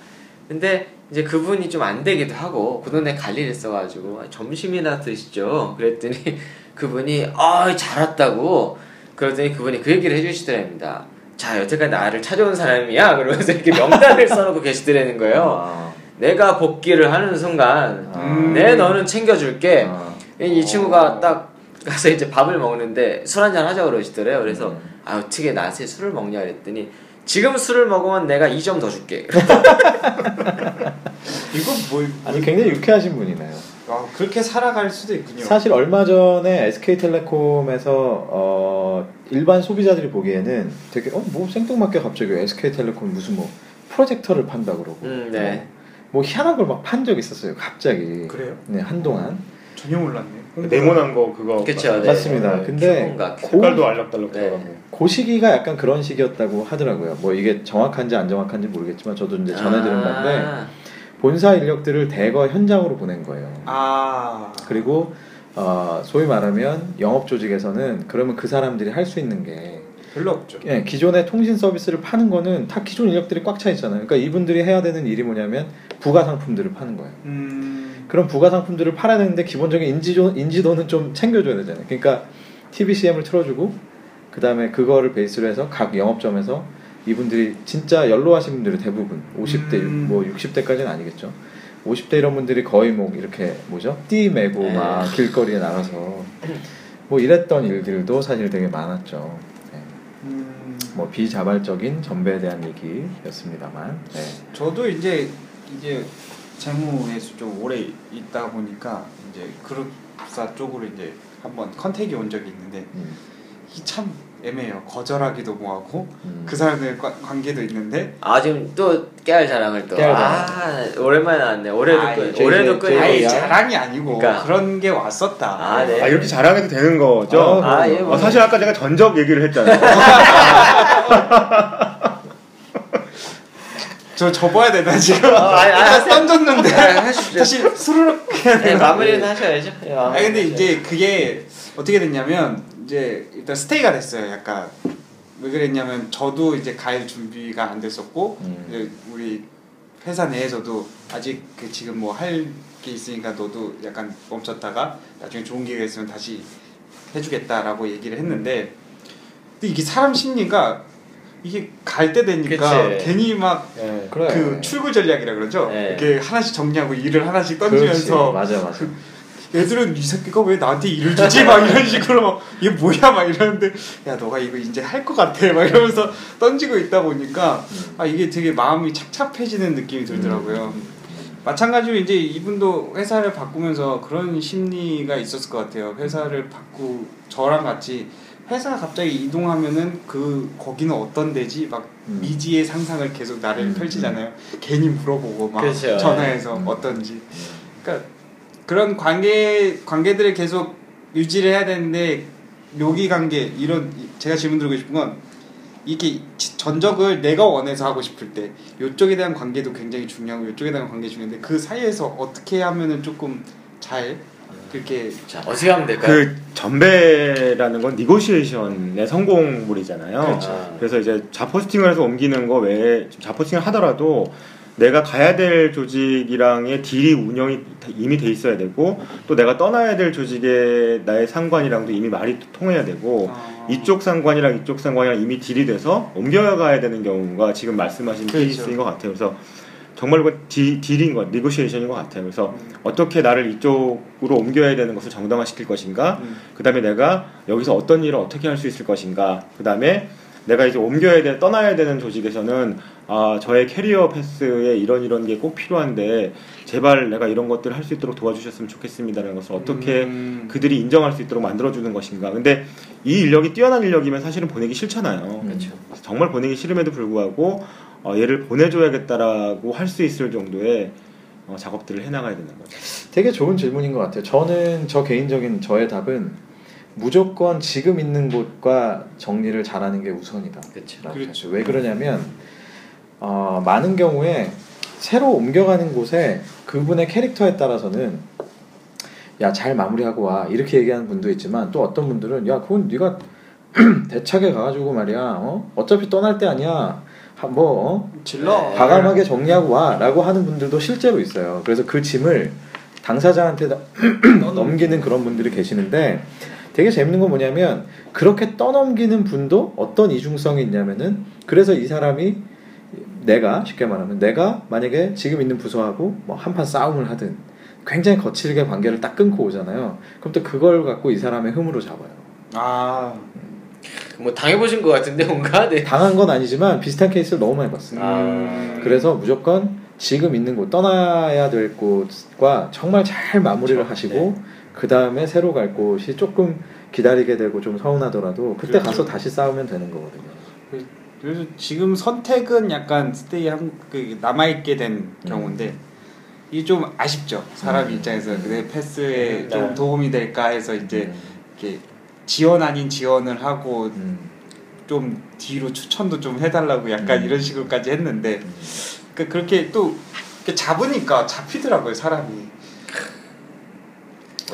B: 근데 이제 그분이 좀 안 되기도 하고 그 돈에 갈 일이 있어가지고 "아, 점심이나 드시죠. 그랬더니 그분이 아 잘했다고 그러더니 그분이 그 얘기를 해주시더랍니다. 자 여태까지 나를 찾아온 사람이야 그러면서 이렇게 명단을 써놓고 계시더라는 거예요.
A: 아.
B: 내가 복귀를 하는 순간
A: 음.
B: 내 너는 챙겨줄게.
A: 아.
B: 이 친구가 딱 가서 이제 밥을 먹는데 술 한잔 하자 그러시더래요. 그래서
A: 음.
B: 아 어떻게 나한테 술을 먹냐 그랬더니 지금 술을 먹으면 내가 2점 더 줄게.
C: 이거 뭘?
A: 아니 굉장히 유쾌하신 분이네요.
C: 아, 그렇게 살아갈 수도 있군요.
A: 사실 얼마 전에 SK텔레콤에서 어, 일반 소비자들이 보기에는 되게 어, 뭐 생뚱맞게 갑자기 SK텔레콤 무슨 뭐 프로젝터를 판다 그러고
B: 음, 네.
A: 뭐 희한한 걸 막 판 적이 있었어요 갑자기
C: 그래요?
A: 네 한동안
C: 전혀 몰랐네.
D: 네모난 거 그거
B: 그쵸, 네.
A: 맞습니다. 근데 아.
B: 뭔가
A: 고,
D: 색깔도 알록달록
B: 네.
D: 들어가고.
A: 고 시기가 약간 그런 시기였다고 하더라고요 뭐 이게 정확한지 안 정확한지 모르겠지만 저도 이제 전해드린
B: 아.
A: 건데 본사 인력들을 대거 현장으로 보낸 거예요
C: 아.
A: 그리고 어, 소위 말하면 영업 조직에서는 그러면 그 사람들이 할 수 있는 게
C: 별로 없죠.
A: 예, 기존의 통신 서비스를 파는 거는 다 기존 인력들이 꽉 차 있잖아요. 그러니까 이분들이 해야 되는 일이 뭐냐면 부가 상품들을 파는 거예요.
C: 음,
A: 그런 부가 상품들을 팔아야 되는데 기본적인 인지도, 인지도는 좀 챙겨줘야 되잖아요. 그러니까 TBCM을 틀어주고 그 다음에 그거를 베이스로 해서 각 영업점에서 이분들이 진짜 연로하신 분들이 대부분 50대
C: 음.
A: 뭐 60대까지는 아니겠죠. 50대 이런 분들이 거의 뭐 이렇게 뭐죠 띠 메고
F: 네.
A: 막 길거리에 나가서 뭐 이랬던 일들도 사실 되게 많았죠. 네.
C: 음,
A: 뭐 비자발적인 전배에 대한 얘기였습니다만. 네.
C: 저도 이제 이제 재무에서 좀 오래 있다 보니까 이제 그룹사 쪽으로 이제 한번 컨택이 온 적이 있는데
A: 음,
C: 이 참 애매해요. 거절하기도 뭐하고
A: 음.
C: 그 사람들 과, 관계도 있는데
F: 아 지금 또 깨알 자랑을 또.
A: 깨알
F: 아 오랜만에 나왔네. 올해도
C: 아이,
F: 끈.
A: 저희
F: 올해도
A: 이제
F: 끈.
A: 저희
C: 그 아예
A: 야.
C: 자랑이 아니고
F: 그러니까.
C: 그런게 왔었다.
F: 아, 네.
D: 아 이렇게 자랑해도 되는 거죠?
A: 아,
F: 아, 예, 뭐.
D: 어, 사실 아까 제가 전적 얘기를 했잖아요.
C: 저 접어야 되나 지금?
F: 아, 아니, 아니,
C: 다 던졌는데
F: 아, 하십시오.
C: 다시 수르륵 해야
F: 네,
C: 되나?
F: 마무리는 하셔야죠. 예,
C: 아
F: 마무리
C: 근데
F: 하셔야죠.
C: 이제 그게 어떻게 됐냐면 이제 일단 스테이가 됐어요. 약간 왜 그랬냐면 저도 이제 갈 준비가 안 됐었고
A: 음.
C: 이제 우리 회사 내에서도 아직 그 지금 뭐 할 게 있으니까 너도 약간 멈췄다가 나중에 좋은 기회가 있으면 다시 해주겠다라고 얘기를 했는데 근데 이게 사람 심리가 이게 갈 때 되니까
F: 그치.
C: 괜히 막
D: 예.
A: 그래.
C: 그 출구 전략이라 그러죠.
F: 네.
C: 이렇게 하나씩 정리하고 일을 하나씩
A: 그렇지.
C: 던지면서
A: 맞아 맞아.
C: 얘들은 이 새끼가 왜 나한테 일을 주지 막 이런 식으로 막 이게 뭐야 막 이러는데 야 너가 이거 이제 할 것 같아 막 이러면서 던지고 있다 보니까
A: 음.
C: 아 이게 되게 마음이 착잡해지는 느낌이 들더라고요. 마찬가지로 이제 이분도 회사를 바꾸면서 그런 심리가 있었을 것 같아요. 회사를 바꾸 저랑 같이 회사 갑자기 이동하면은 그 거기는 어떤 데지 막
A: 음.
C: 미지의 상상을 계속 나를
A: 음,
C: 펼치잖아요. 괜히 물어보고 막
F: 그렇죠.
C: 전화해서
A: 음.
C: 어떤지.
A: 음.
C: 그러니까 그런 관계 관계들을 계속 유지를 해야 되는데 묘기 관계 이런 제가 질문 드리고 싶은 건 이게 전적을 내가 원해서 하고 싶을 때 요쪽에 대한 관계도 굉장히 중요하고 요쪽에 대한 관계 중요한데 그 사이에서 어떻게 하면은 조금 잘 그렇게
F: 자 어떻게 하면
B: 네.
F: 될까요?
D: 그 전배라는 건 니고시에이션의 성공물이잖아요.
B: 어,
C: 그렇죠.
A: 음.
F: 아,
D: 그래서 이제 자포스팅을 해서 옮기는 거 외에 지금 자포스팅을 하더라도 내가 가야 될 조직이랑의 딜이 운영이 다- 이미 돼 있어야 되고 또 내가 떠나야 될 조직의 나의 상관이랑도 이미 말이 통해야 되고
C: 어,
D: 이쪽 상관이랑 이쪽 상관이랑 이미 딜이 돼서 옮겨가야 되는 경우가 지금 말씀하신
C: 그렇죠.
D: 케이스인 것 같아요. 그래서 정말 그 디, 딜인 것, 니고시에이션인 것 같아요. 그래서 어떻게 나를 이쪽으로 옮겨야 되는 것을 정당화시킬 것인가
C: 음,
D: 그 다음에 내가 여기서 어떤 일을 어떻게 할 수 있을 것인가 그 다음에 내가 이제 옮겨야 돼 떠나야 되는 조직에서는 아 저의 캐리어 패스에 이런 이런 게 꼭 필요한데 제발 내가 이런 것들을 할 수 있도록 도와주셨으면 좋겠습니다라는 것을 어떻게
C: 음,
D: 그들이 인정할 수 있도록 만들어주는 것인가 근데 이 인력이 뛰어난 인력이면 사실은 보내기 싫잖아요
B: 음.
F: 그렇죠.
D: 그래서 정말 보내기 싫음에도 불구하고 어, 얘를 보내줘야겠다라고 할 수 있을 정도의 어, 작업들을 해나가야 되는 거죠
A: 되게 좋은 질문인 것 같아요. 저는 저 개인적인 저의 답은 무조건 지금 있는 곳과 정리를 잘하는 게 우선이다.
F: 그렇죠.
A: 라고
C: 그렇죠.
A: 생각해요. 왜 그러냐면 어, 많은 경우에 새로 옮겨가는 곳에 그분의 캐릭터에 따라서는 야 잘 마무리하고 와 이렇게 얘기하는 분도 있지만 또 어떤 분들은 야 그건 네가 대차게 가가지고 말이야 어? 어차피 떠날 때 아니야 한- 뭐 어?
C: 질러
A: 과감하게 정리하고 와라고 하는 분들도 실제로 있어요. 그래서 그 짐을 당사자한테 다-
C: 음.
A: 넘기는 그런 분들이 계시는데 되게 재밌는 건 뭐냐면 그렇게 떠넘기는 분도 어떤 이중성이 있냐면은 그래서 이 사람이 내가 쉽게 말하면 내가 만약에 지금 있는 부서하고 뭐 한판 싸움을 하든 굉장히 거칠게 관계를 딱 끊고 오잖아요. 그럼 또 그걸 갖고 이 사람의 흠으로 잡아요.
C: 아
B: 그
F: 뭐 당해보신 것 같은데 뭔가 네.
A: 당한 건 아니지만 비슷한 케이스를 너무 많이 봤어요.
C: 음.
F: 아,
A: 그래서 무조건 지금 있는 곳 떠나야 될 곳과 정말 잘 마무리를
C: 그렇죠.
A: 하시고
C: 네.
A: 그 다음에 새로 갈 곳이 조금 기다리게 되고 좀 서운하더라도 그때
C: 그렇죠.
A: 가서 다시 싸우면 되는 거거든요.
C: 그래서 지금 선택은 약간 스테이 한, 그 남아있게 된 경우인데 이게 좀 아쉽죠 사람 입장에서 내 패스에
F: 음,
C: 좀
F: 네.
C: 도움이 될까 해서
A: 네.
C: 이제 이렇게 지원 아닌 지원을 하고
A: 음.
C: 좀 뒤로 추천도 좀 해달라고 약간
A: 음.
C: 이런 식으로까지 했는데
A: 음.
C: 그 그렇게 또 이렇게 잡으니까 잡히더라고요 사람이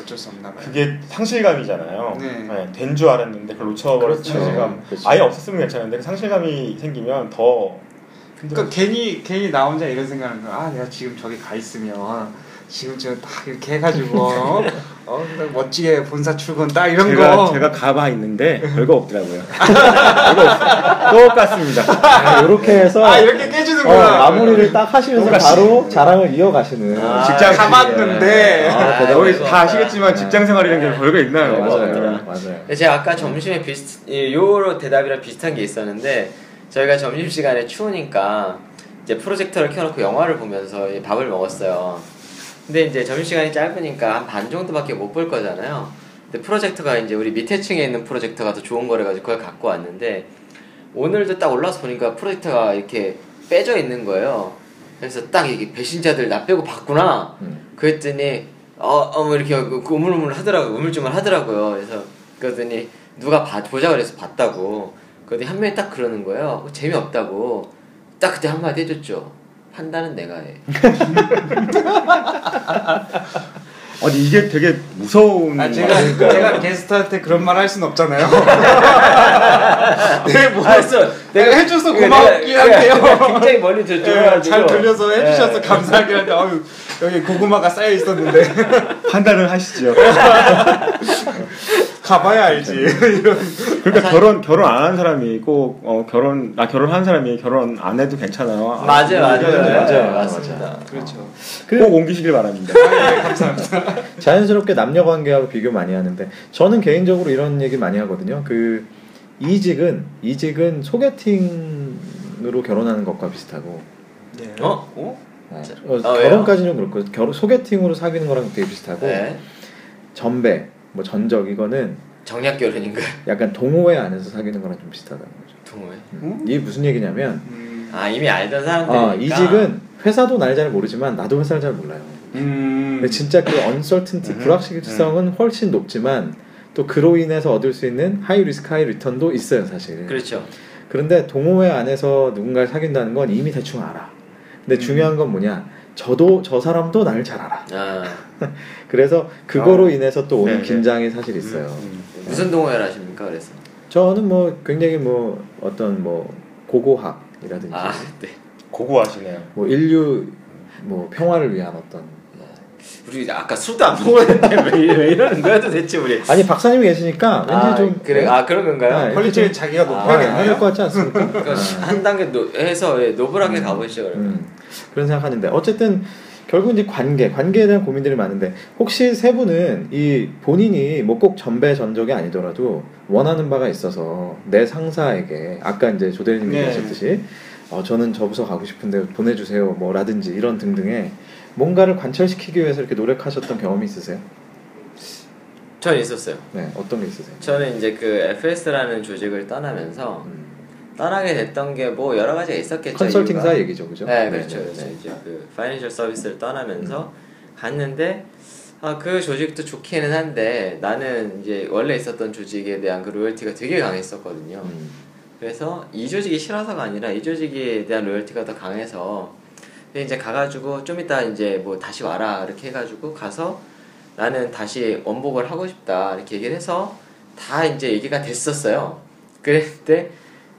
C: 어쩔 수 없나 봐요.
D: 그게 상실감이잖아요.
C: 네.
D: 된 줄 알았는데 그걸 놓쳐버렸던
C: 그렇죠.
D: 상실감.
A: 그렇죠.
D: 아예 없었으면 괜찮은데 그 상실감이 생기면 더
C: 그러니까 괜히 괜히 나 혼자 이런 생각하는 거야. 아 내가 지금 저기 가 있으면 지금쯤 딱 이렇게 해가지고 어? 어, 나 멋지게 본사 출근 딱 이런
D: 제가,
C: 거.
D: 제가 가봐 있는데 별거 없더라고요. 별거 없어요. 똑같습니다.
A: 이렇게 해서
C: 아 이렇게 깨지는구나.
A: 어, 마무리를 딱 하시면서 바로 자랑을 이어가시는
C: 아,
D: 직장
C: 가봤는데. 네.
G: 아,
A: 아,
D: 우리
G: 그래서-
D: 다 아시겠지만 직장 생활이란 게 별거 있나요?
A: 네,
D: 네.
A: 맞아요, 맞아요.
B: 근데 제가 아까 점심에 비슷 이- 요로 대답이랑 비슷한 게 있었는데 저희가 점심 시간에 추우니까 이제 프로젝터를 켜놓고 영화를 보면서 이 밥을 먹었어요. 근데 이제 점심 시간이 짧으니까 한 반 정도밖에 못 볼 거잖아요. 근데 프로젝터가 이제 우리 밑에 층에 있는 프로젝터가 더 좋은 거래 가지고 그걸 갖고 왔는데 오늘도 딱 올라서 보니까 프로젝터가 이렇게 빼져 있는 거예요. 그래서 딱 이게 배신자들 나 빼고 봤구나.
A: 음.
B: 그랬더니 어어뭐 이렇게 그- 그 우물우물 하더라고 우물쭈물 하더라고요. 그래서 그랬더니 누가 봐, 보자 그래서 봤다고. 그랬더니 한 명이 딱 그러는 거예요. 어, 재미없다고. 딱 그때 한마디 해줬죠. 판단은 내가 해.
D: 아니 이게 되게 무서운
C: 아, 제가
D: 그러니까.
C: 제가 게스트한테 그런 말 할 순 없잖아요.
D: 아,
C: 네, 뭐 내가 해줘서
B: 네,
D: 그러니까
C: 고맙긴 한데요.
B: 아, 굉장히 멀리 저쪽으
C: 예,
B: 로
C: 잘 돌려서
D: 네.
C: 해주셔서 감사하긴 한데 아유, 여기 고구마가 쌓여 있었는데
D: 판단을 하시죠.
C: 가봐야 알지.
D: 그렇죠.
C: 이런.
D: 그러니까 결혼 결혼 안 한 사람이 꼭 어, 결혼 나 결혼한 사람이 결혼 안 해도 괜찮아요. 아,
B: 맞아 맞아
A: 맞아요,
B: 맞아
A: 맞아요.
B: 맞습니다.
C: 그렇죠.
D: 꼭 옮기시길 바랍니다.
A: 자연스럽게 남녀 관계하고 비교 많이 하는데 저는 개인적으로 이런 얘기 많이 하거든요. 그 이직은 이직은 소개팅으로 결혼하는 것과 비슷하고
C: 네.
B: 어? 어?
A: 어,
B: 자,
A: 어,
B: 아, 왜요?
A: 결혼까지는 그렇고 결혼 소개팅으로 사귀는 거랑 되게 비슷하고
B: 네.
A: 전배 뭐 전적 이거는
B: 정략 결혼인가?
A: 약간 동호회 안에서 사귀는 거랑 좀 비슷하다는 거죠.
B: 동호회.
A: 음. 이게 무슨 얘기냐면
C: 음.
B: 아 이미 알던 사람들이니까.
A: 아, 이직은 회사도 날 잘 모르지만 나도 회사를 잘 몰라요.
C: 음. 네,
A: 근데 진짜 그 언설튼티
D: 음.
A: 불확실성은 훨씬 높지만 또 그로 인해서 얻을 수 있는 하이 리스크 하이 리턴도 있어요 사실.
B: 그렇죠.
A: 그런데 동호회 안에서 누군가를 사귄다는 건 이미 대충 알아. 근데
C: 음.
A: 중요한 건 뭐냐? 저도 저 사람도 나를 잘 알아.
B: 아
A: 그래서 그거로
D: 아.
A: 인해서 또 오는
D: 네, 네.
A: 긴장이 사실 있어요.
D: 음,
B: 무슨 동호회를 하십니까 그래서?
A: 저는 뭐 굉장히 뭐 어떤 뭐 고고학이라든지
B: 아 네.
D: 고고하시네요.
A: 뭐 인류 뭐 평화를 위한 어떤
B: 우리 이제 아까 술도 안 먹었는데 왜, 왜 이러는 거야 도대체 우리?
A: 아니 박사님이 계시니까 왠지
B: 아,
A: 좀
B: 그래 아 그런 건가요?
A: 네.
C: 퀄리티를 자기가
A: 아,
C: 높여야겠네요.
A: 아닐 것 같지 않습니까?
B: 그러니까 한 단계 노, 해서 예, 노블하게 가보시죠 그러면.
A: 네. 음, 그런 생각하는데 어쨌든 결국 이제 관계 관계에 대한 고민들이 많은데 혹시 세 분은 이 본인이 뭐 꼭 전배 전적이 아니더라도 원하는 바가 있어서 내 상사에게 아까 이제 조대리님이
C: 네.
A: 얘기하셨듯이 어, 저는 저 부서 가고 싶은데 보내주세요 뭐라든지 이런 등등의 뭔가를 관철시키기 위해서 이렇게 노력하셨던 경험이 있으세요?
B: 전 있었어요.
A: 네 어떤 게 있으세요?
B: 저는 이제 그 FS라는 조직을 떠나면서
A: 음,
B: 떠나게 됐던 게 뭐 여러 가지가 있었겠죠.
A: 컨설팅사
B: 이유가.
A: 얘기죠 그죠?
B: 네, 그렇죠.
A: 네, 네,
B: 그래서
A: 네.
B: 이제 그 파이낸셜 서비스를 떠나면서 갔는데 아, 그 조직도 좋기는 한데 나는 이제 원래 있었던 조직에 대한 그 로열티가 되게 강했었거든요.
A: 음.
B: 그래서 이 조직이 싫어서가 아니라 이 조직에 대한 로열티가 더 강해서 근데 이제 가가지고 좀 이따 이제 뭐 다시 와라 이렇게 해가지고 가서 나는 다시 원복을 하고 싶다 이렇게 얘기를 해서 다 이제 얘기가 됐었어요. 그랬는데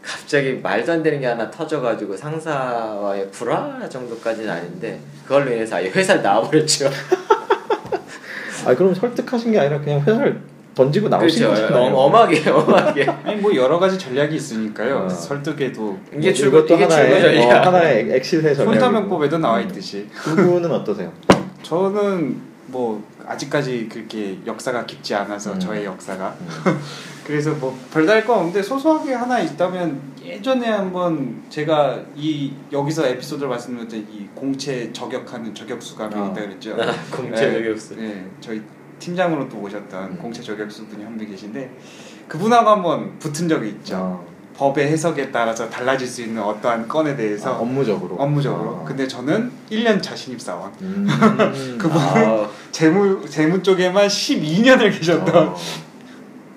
B: 갑자기 말도 안 되는 게 하나 터져가지고 상사와의 불화 정도까지는 아닌데 그걸로 인해서 아예 회사를 나와버렸죠.
A: 아 그럼 설득하신 게 아니라 그냥 회사를 던지고 나오신
B: 그렇죠.
A: 거잖아요.
B: 엄- 엄하게 엄하게.
C: 아니 뭐 여러 가지 전략이 있으니까요.
A: 어.
C: 설득에도
B: 이게
A: 뭐
B: 출근
A: 이것도
B: 이게
A: 하나의
B: 출근이야.
A: 어, 하나의
C: 네,
A: 액실해
C: 폰타면법에도 나와 있듯이
A: 두 분은 어떠세요?
C: 저는 뭐 아직까지 그렇게 역사가 깊지 않아서
A: 음.
C: 저의 역사가 그래서 뭐 별다를 건 없는데 소소하게 하나 있다면 예전에 한번 제가 이 여기서 에피소드를 말씀드렸던 이 공채 저격하는 저격수가 한 명 있다 그랬죠.
B: 공채
C: 네.
B: 저격수.
C: 네, 저희 팀장으로 또 오셨던
A: 음.
C: 공채 저격수 분이 한 분 계신데 그분하고 한번 붙은 적이 있죠.
A: 어.
C: 법의 해석에 따라서 달라질 수 있는 어떠한 건에
A: 아, 그래서
C: 대해서
A: 아, 업무적으로
C: 아, 업무적으로.
A: 아.
C: 근데 저는 1년 차 신입사원.
A: 음.
C: 그분
B: 아,
C: 재무 재무 쪽에만 12년을 계셨던
A: 어.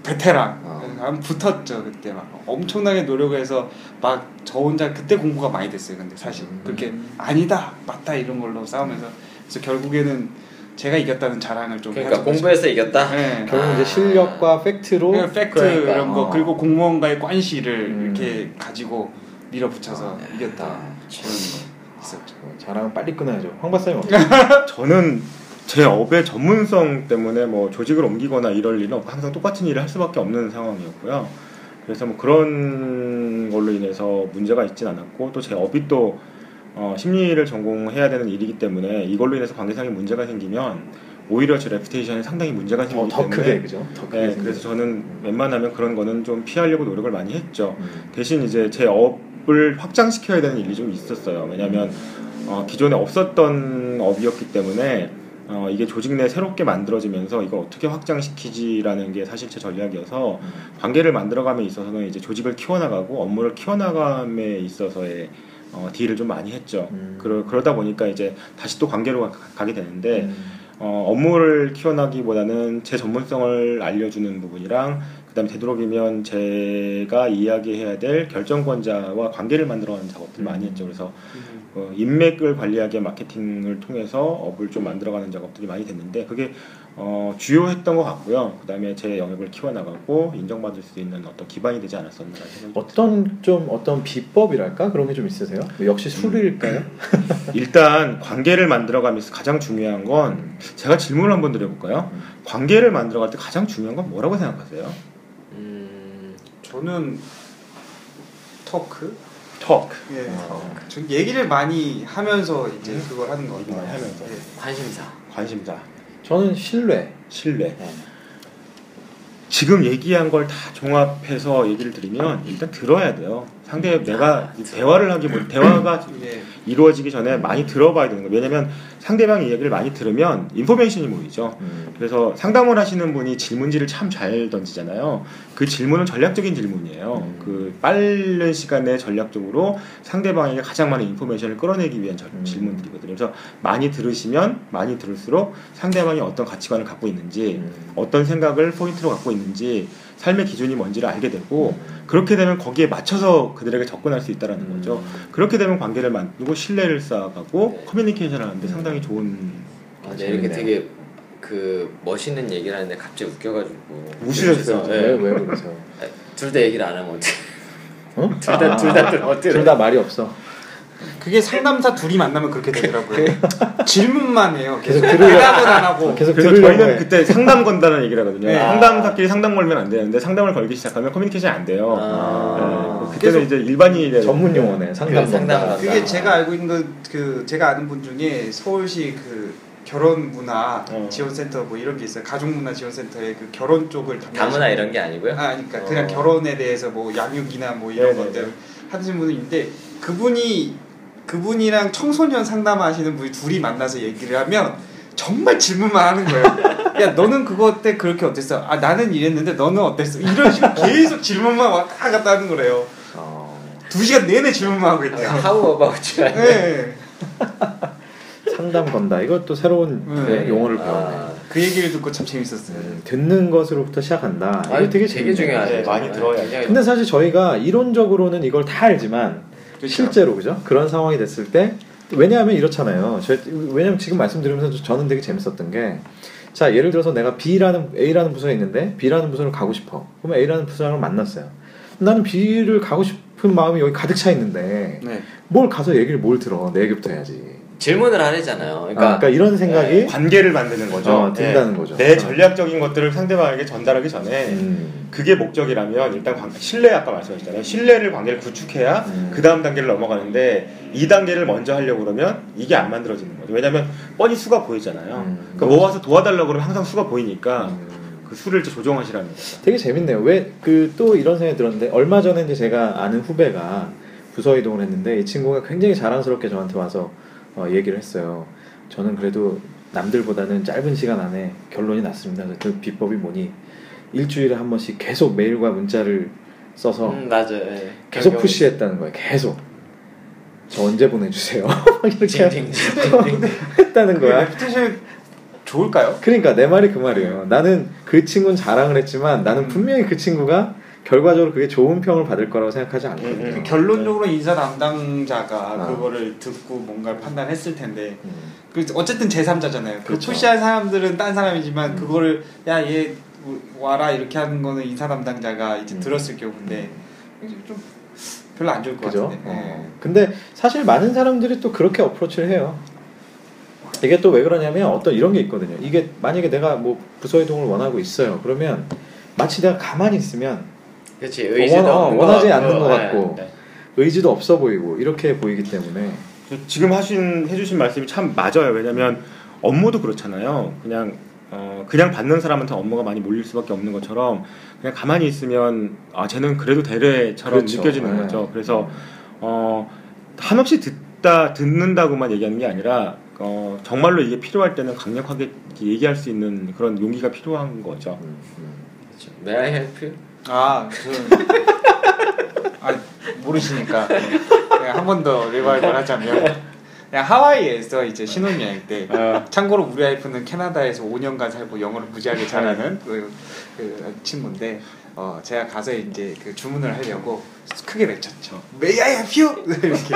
C: 베테랑.
A: 어.
C: 한 붙었죠 그때 막 엄청나게 노력을 해서 막 저 혼자 그때 공부가 많이 됐어요 근데 사실
A: 음.
C: 그렇게 아니다 맞다 이런 걸로 싸우면서 그래서 결국에는 제가 이겼다는 자랑을 좀
F: 그러니까
C: 가지고
F: 공부해서 이겼다.
C: 네.
A: 결국
F: 아.
A: 이제 실력과 팩트로
C: 그냥 팩트
B: 그러니까,
C: 이런 거
A: 어.
C: 그리고 공무원과의 관시를
A: 음.
C: 이렇게 가지고
B: 아,
C: 밀어붙여서
B: 네.
C: 이겼다 그런 거 있었죠.
A: 어, 자랑은 빨리 끊어야죠. 황 박사님 어때요?
D: 저는 제 업의 전문성 때문에 뭐 조직을 옮기거나 이럴 일은 없고 항상 똑같은 일을 할 수밖에 없는 상황이었고요. 그래서 뭐 그런 걸로 인해서 문제가 있진 않았고 또 제 업이 또 어, 심리를 전공해야 되는 일이기 때문에 이걸로 인해서 관계상의 문제가 생기면 오히려 제 레피테이션에 상당히 문제가 생기기
A: 어, 더
D: 때문에
A: 크게 그죠? 더 크게
D: 네,
A: 생기죠.
D: 그래서 저는 웬만하면 그런 거는 좀 피하려고 노력을 많이 했죠.
A: 음.
D: 대신 이제 제 업을 확장시켜야 되는 일이 좀 있었어요. 왜냐하면 어, 기존에 없었던 업이었기 때문에 어, 이게 조직 내 새롭게 만들어지면서 이걸 어떻게 확장시키지라는 게 사실 제 전략이어서 관계를 만들어감에 있어서는 이제 조직을 키워나가고 업무를 키워나감에 있어서의 어, 딜을 좀 많이 했죠.
A: 음.
D: 그러, 그러다 보니까 이제 다시 또 관계로 가, 가게 되는데
A: 음.
D: 어, 업무를 키워나기보다는 제 전문성을 알려주는 부분이랑 그다음에 되도록이면 제가 이야기해야 될 결정권자와 관계를 만들어가는 작업들 많이 했죠. 그래서 어, 인맥을 관리하게 마케팅을 통해서 업을 좀 만들어가는 작업들이 많이 됐는데 그게 어, 주요했던 것 같고요. 그다음에 제 영역을 키워나가고 인정받을 수 있는 어떤 기반이 되지 않았었나 생각이
A: 어떤 좀 어떤 비법이랄까 그런 게 좀 있으세요? 뭐 역시 술일까요?
D: 일단 관계를 만들어가면서 가장 중요한 건 제가 질문을 한번 드려볼까요? 관계를 만들어갈 때 가장 중요한 건 뭐라고 생각하세요?
F: 음,
C: 저는 토크
D: 턱.
C: 예.
A: 어.
C: 전 얘기를 많이 하면서 이제 그걸 하는 거
D: 얘기 많이 하면서.
C: 예.
F: 관심사.
D: 관심사,
A: 저는 신뢰.
D: 신뢰.
A: 네.
D: 지금 얘기한 걸 다 종합해서 얘기를 드리면 일단 들어야 돼요. 상대
A: 아,
D: 내가 이 대화를 하기 뭐 대화가
C: 예.
D: 이루어지기 전에 많이 들어봐야 되는 거예요. 왜냐면 상대방 이야기를 많이 들으면 인포메이션이 모이죠.
A: 음.
D: 그래서 상담을 하시는 분이 질문지를 참 잘 던지잖아요. 그 질문은 전략적인 질문이에요.
A: 음.
D: 그 빠른 시간에 전략적으로 상대방에게 가장 많은 인포메이션을 끌어내기 위한 절-
A: 음.
D: 질문들이거든요. 그래서 많이 들으시면 많이 들을수록 상대방이 어떤 가치관을 갖고 있는지,
A: 음.
D: 어떤 생각을 포인트로 갖고 있는지, 삶의 기준이 뭔지를 알게
A: 음.
D: 되고, 그렇게 되면 거기에 맞춰서 그들에게 접근할 수 있다는
A: 음.
D: 라 음. 거죠. 그렇게 되면 관계를 만들고 신뢰를 쌓아가고
F: 네.
D: 커뮤니케이션을 하는데 상당히 좋은
F: 아, 네, 이렇게
A: 재밌네요.
F: 되게 그 멋있는 얘기를 하는데 갑자기 웃겨가지고
D: 우시셨어요.
B: 네.
F: 그래서,
A: 왜
F: 예.
A: 왜 그러세요?
F: 둘다 얘기를 안 하면 어떡해
A: 어?
F: 둘다 둘다 어떻게
A: 둘 다 말이 없어.
C: 그게 상담사 둘이 만나면 그렇게 되더라고요. 질문만 해요. 계속
A: 계속 들으려고.
C: 대답은 안 하고.
A: 계속
D: 그래서
A: 들으려고
D: 저희는
A: 해.
D: 그때 상담 건다는 얘기를 하거든요.
C: 네.
D: 상담사끼리 상담 걸면 안 되는데 상담을 걸기 시작하면 커뮤니케이션이 안 돼요.
F: 아.
D: 네, 그때는 이제 일반인이
A: 음, 전문 용어네 상담
F: 그래, 예, 상담
A: 전담.
F: 전담.
C: 그게 제가 알고 있는 그, 그 제가 아는 분 중에 서울시 그 결혼 문화
D: 어.
C: 지원센터 뭐 이런 게 있어요. 가족 문화 지원센터에 그 결혼 쪽을
F: 다문화
C: 담당하시는
F: 이런 게 아니고요.
C: 아, 그러니까 그냥
F: 어.
C: 결혼에 대해서 뭐 양육이나 뭐 이런
D: 네네네.
C: 것들 하시는 분이 있는데 그분이 그분이랑 청소년 상담하시는 분이 둘이 만나서 얘기를 하면 정말 질문만 하는 거예요. 야 너는 그거 때 그렇게 어땠어? 아 나는 이랬는데 너는 어땠어? 이런 식으로 계속 질문만 왔다 갔다 하는 거래요.
A: 어,
C: 두 시간 내내 질문만 하고 있대요.
F: 하우 어바웃이라.
C: 네.
A: 상담 건다. 이것도 새로운
C: 음.
A: 네, 용어를
F: 아.
A: 배웠네.
C: 그 얘기를 듣고 참 재밌었어요.
A: 음, 듣는 것으로부터 시작한다.
F: 아,
A: 이거
F: 되게
A: 되게 재밌네요.
F: 중요하죠.
D: 네, 많이 들어야
F: 굉장히
A: 근데 사실 저희가 이론적으로는 이걸 다 알지만
C: 그렇죠?
A: 실제로 그죠? 그런 상황이 됐을 때 왜냐하면 이렇잖아요. 저- 왜냐면 지금 말씀드리면서 저- 저는 되게 재밌었던 게. 자 예를 들어서 내가 B라는 A라는 부서에 있는데 B라는 부서를 가고 싶어. 그러면 A라는 부서랑 만났어요. 나는 B를 가고 싶은 마음이 여기 가득 차 있는데
C: 네.
A: 뭘 가서 얘기를 뭘 들어? 내 얘기부터 해야지.
F: 질문을 안 했잖아요.
A: 아,
F: 그러니까,
A: 그러니까, 이런 생각이
D: 관계를 만드는 거죠. 네.
A: 어, 든다는 거죠.
D: 내 전략적인 것들을 상대방에게 전달하기 전에
A: 음,
D: 그게 목적이라면 일단 관- 신뢰 아까 말씀하셨잖아요. 신뢰를 관계를 구축해야
A: 음.
D: 그 다음 단계를 넘어가는데 이 단계를 먼저 하려고 그러면 이게 안 만들어지는 거죠. 왜냐하면 뻔히 수가 보이잖아요.
A: 음.
D: 그러니까 모아서 도와달라고 그러면 항상 수가 보이니까
A: 음.
D: 그 수를 이제 조정하시라는 거죠.
A: 되게 재밌네요. 왜 그 또 이런 생각이 들었는데 얼마 전에 이제 제가 아는 후배가 부서 이동을 했는데 이 친구가 굉장히 자랑스럽게 저한테 와서 어, 얘기를 했어요. 저는 그래도 남들보다는 짧은 시간 안에 결론이 났습니다. 그 비법이 뭐니? 일주일에 한 번씩 계속 메일과 문자를 써서
F: 음, 맞아요. 예.
A: 계속
F: 경경-
A: 푸시했다는 거예요. 계속. 저 언제 보내주세요? 막 이렇게
F: 징징.
A: 했다는 거야.
C: 레피테이션 좋을까요?
A: 음. 그러니까 내 말이 그 말이에요. 나는 그 친구는 자랑을 했지만 나는 분명히 그 친구가 결과적으로 그게 좋은 평을 받을 거라고 생각하지
D: 음, 음.
A: 않거든요.
C: 결론적으로 인사 담당자가
A: 네. 아.
C: 그거를 듣고 뭔가를 판단했을 텐데
A: 음.
C: 그 어쨌든 제3자잖아요. 그
A: 그렇죠. 음.
C: 푸시한 사람들은 딴 사람이지만 그거를 야 얘 와라 이렇게 하는 거는 인사 담당자가 이제
A: 음.
C: 들었을 경우인데 이제 좀 별로 안 좋을 것
A: 그죠?
C: 같은데. 네.
A: 어. 근데 사실 많은 사람들이 또 그렇게 어프로치를 해요. 이게 또 왜 그러냐면 어떤 이런 게 있거든요. 이게 만약에 내가 뭐 부서 이동을 원하고 있어요. 그러면 마치 내가 가만히 있으면
B: 그렇지 의지도
A: 원- 어,
B: 없는 것
A: 원하지
B: 같고,
A: 않는 것
F: 네.
B: 예.
A: 같고. 의지도 없어 보이고 이렇게 보이기 때문에
D: 지금 하신 해주신 말씀이 참 맞아요. 왜냐하면 업무도 그렇잖아요. 그냥 어, 그냥 받는 사람한테 업무가 많이 몰릴 수밖에 없는 것처럼 그냥 가만히 있으면 아 쟤는 그래도 되래처럼
A: 그렇죠.
D: 느껴지는
A: 네.
D: 거죠. 그래서 어, 한없이 듣다 듣는다고만 얘기하는 게 아니라 어, 정말로 이게 필요할 때는 강력하게 얘기할 수 있는 그런 용기가 필요한 거죠.
A: 음, 음.
B: 그렇죠. May I help you?
C: 아, 저는 아, 모르시니까 한 번 더 리바이벌 하자면 그냥 하와이에서 이제 신혼여행 때
D: 아,
C: 참고로 우리 와이프는 캐나다에서 5년간 살고 영어를 무지하게 잘하는 그, 그 친구인데 어, 제가 가서 이제 그 주문을 하려고 크게 외쳤죠. May I have you? 이렇게.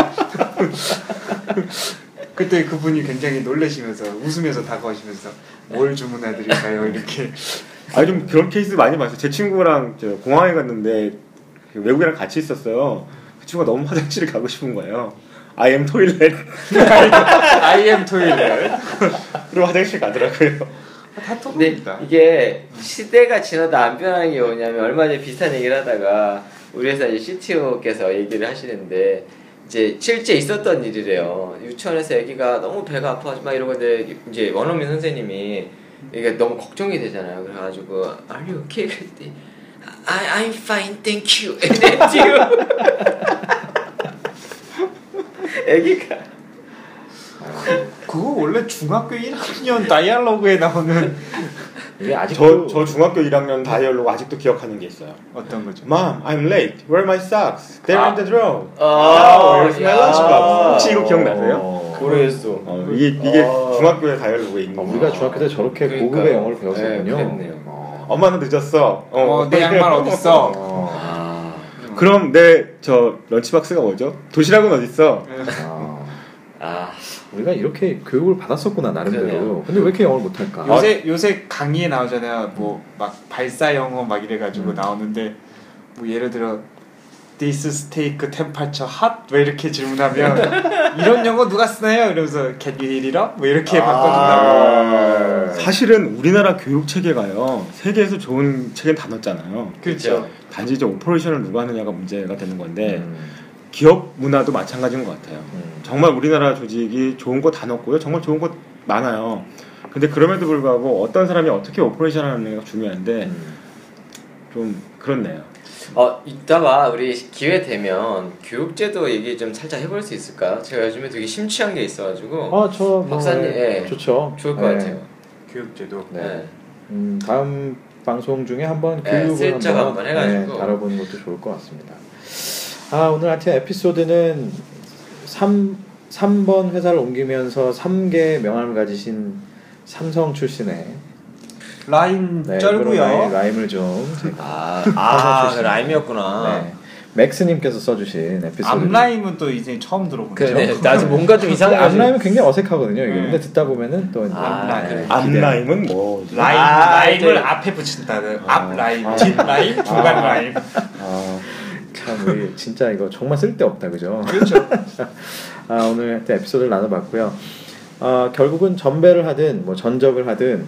C: 그때 그분이 굉장히 놀라시면서 웃으면서 다가오시면서 뭘 주문해드릴까요? 이렇게
D: 아니 좀 그런 케이스 많이 봤어요. 제 친구랑 저 공항에 갔는데 그 외국이랑 같이 있었어요. 그 친구가 너무 화장실을 가고 싶은 거예요. I am toilet.
C: I am toilet.
D: 그리고 화장실 가더라고요.
C: 다
B: 근데
C: 토론입니다.
B: 이게 시대가 지나도 안 변하는 게 뭐냐면 얼마 전에 비슷한 얘기를 하다가 우리 회사 이제 CTO께서 얘기를 하시는데 이제 실제 있었던 일이래요. 유치원에서 애기가 너무 배가 아파가지고 막 이러고 근데 이제 원어민 선생님이 이게 너무 걱정이 되잖아요. 그래가지고 Are you okay? 그랬더니 I, I'm fine, thank you. And then you. 애기가
C: 그거 원래 중학교 1학년 다이얼로그에 나오는
A: 이게
D: 저,
A: 아직도
D: 저 중학교 1학년 다이얼로그 아직도 기억하는 게 있어요.
C: 어떤 거죠?
A: 뭐,
D: Mom, I'm late. Where are my socks? They're in the drawer.
B: 아,
D: Oh, where's my
B: 야.
D: lunchbox? 혹시 이거 기억나세요?
A: 어,
B: 모르겠어.
D: 어, 이게 이게
B: 아.
D: 중학교의 다이얼로그에 있는
A: 어,
D: 거.
A: 우리가 중학교 때 저렇게
B: 그러니까요.
A: 고급의 영어를
B: 네,
A: 배웠었군요.
B: 그랬네요.
A: 어.
D: 엄마는 늦었어.
C: 어, 내 양말 어딨어?
A: 어.
B: 아.
D: 그럼 내 저 런치박스가 뭐죠? 도시락은 어딨어?
A: 아.
B: 아.
A: 우리가 이렇게 교육을 받았었구나 나름대로.
B: 그러네요.
A: 근데 왜 이렇게 영어를 못할까? 아,
C: 요새 요새 강의에 나오잖아요. 뭐 막 발사 영어 막 이래가지고
A: 음.
C: 나오는데 뭐 예를 들어 This steak temperature hot 왜 이렇게 질문하면 이런 영어 누가 쓰나요? 이러면서 Can you heat it up? 뭐 이렇게
B: 아.
C: 바꿔준다고.
A: 아,
D: 아, 사실은 우리나라 교육 체계가요 세계에서 좋은 체계는 다 넣었잖아요.
C: 그렇죠.
D: 단지 이제 오퍼레이션을 누가 하느냐가 문제가 되는
B: 네.
D: 건데
A: 음,
D: 기업 문화도 마찬가지인 것 같아요.
A: 음.
D: 정말 우리나라 조직이 좋은 거 다 넣고요. 정말 좋은 거 많아요. 근데 그럼에도 불구하고 어떤 사람이 어떻게 오퍼레이션 하느냐가
B: 네.
D: 중요한데
C: 음.
D: 좀 그렇네요.
B: 어 이따가 우리 기회 되면 교육제도 얘기 좀 살짝 해볼 수 있을까요? 제가 요즘에 되게 심취한 게 있어가지고
A: 아, 저 뭐,
B: 박사님, 예.
A: 좋죠.
B: 좋을 것
A: 네.
B: 같아요.
C: 교육제도.
A: 네. 음, 다음 방송 중에 한번
B: 네,
A: 교육을
B: 슬쩍 한번 해가지고.
A: 다뤄보는 것도 좋을 것 같습니다. 아 오늘 하여튼 에피소드는 3 3번 회사를 옮기면서 3개 명함을 가지신 삼성 출신의
C: 라임
A: 네, 그런 라임,
C: 쩔고요.
A: 라임을 좀
B: 아,
A: 아,
B: 아, 그 라임이었구나.
A: 네. 맥스님께서 써주신 에피소드
C: 앞라임은 또 이제 처음 들어보는
B: 그, 네.
C: 죠
B: 나도 뭔가 좀 이상한 거
A: 앞라임은 굉장히 어색하거든요. 이게
C: 네.
A: 근데 듣다 보면은 또 이제
B: 아,
A: 네,
B: 그래.
A: 기대하고.
D: 앞라임은 뭐
C: 라임
B: 아,
C: 라임을
B: 네.
C: 앞에 붙인다는
A: 아,
C: 앞 라임, 뒷 라임, 중간 라임.
D: 아,
A: 참 우리 진짜 이거 정말 쓸데 없다 그죠?
C: 그렇죠.
A: 아, 오늘 하여튼 에피소드를 나눠봤고요. 아, 결국은 전배를 하든 뭐 전적을 하든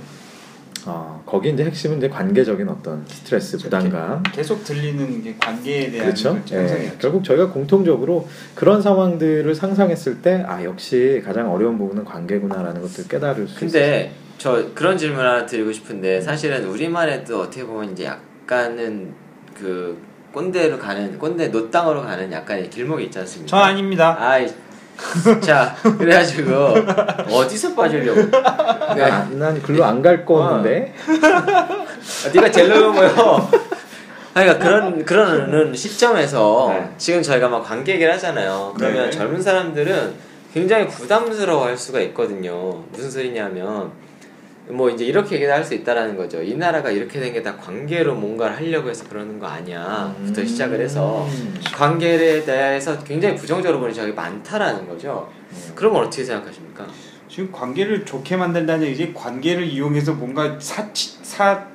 A: 어, 거기 이제 핵심은 이제 관계적인 어떤 스트레스 부담감
C: 계속 들리는 게 관계에 대한
A: 그렇죠.
C: 그
A: 예,
C: 형성이었죠.
A: 결국 저희가 공통적으로 그런 상황들을 상상했을 때 아 역시 가장 어려운 부분은 관계구나라는 것들 깨달을 수 있어요.
B: 근데 저 그런 질문 하나 드리고 싶은데 사실은 우리만의 또 어떻게 보면 이제 약간은 그 꼰대로 가는 꼰대 노땅으로 가는 약간의 길목이 있지 않습니까?
C: 전 아닙니다.
B: 아이 자 그래가지고 어디서 빠지려고? 네.
A: 난, 난 글로 안 갈 건데
B: 아, 네가 제일 넓어요. 그러니까 그런 그런 시점에서
A: 네.
B: 지금 저희가 막 관계 얘기를 하잖아요. 그러면
C: 네.
B: 젊은 사람들은 굉장히 부담스러워할 수가 있거든요. 무슨 소리냐면 뭐 이제 이렇게 얘기를 할 수 있다라는 거죠. 이 나라가 이렇게 된 게 다 관계로 뭔가를 하려고 해서 그러는 거 아니야부터 시작을 해서 관계에 대해서 굉장히 부정적으로 보는 시각이 많다라는 거죠. 그러면 어떻게 생각하십니까?
C: 지금 관계를 좋게 만든다는 얘기지 관계를 이용해서 뭔가 사치 사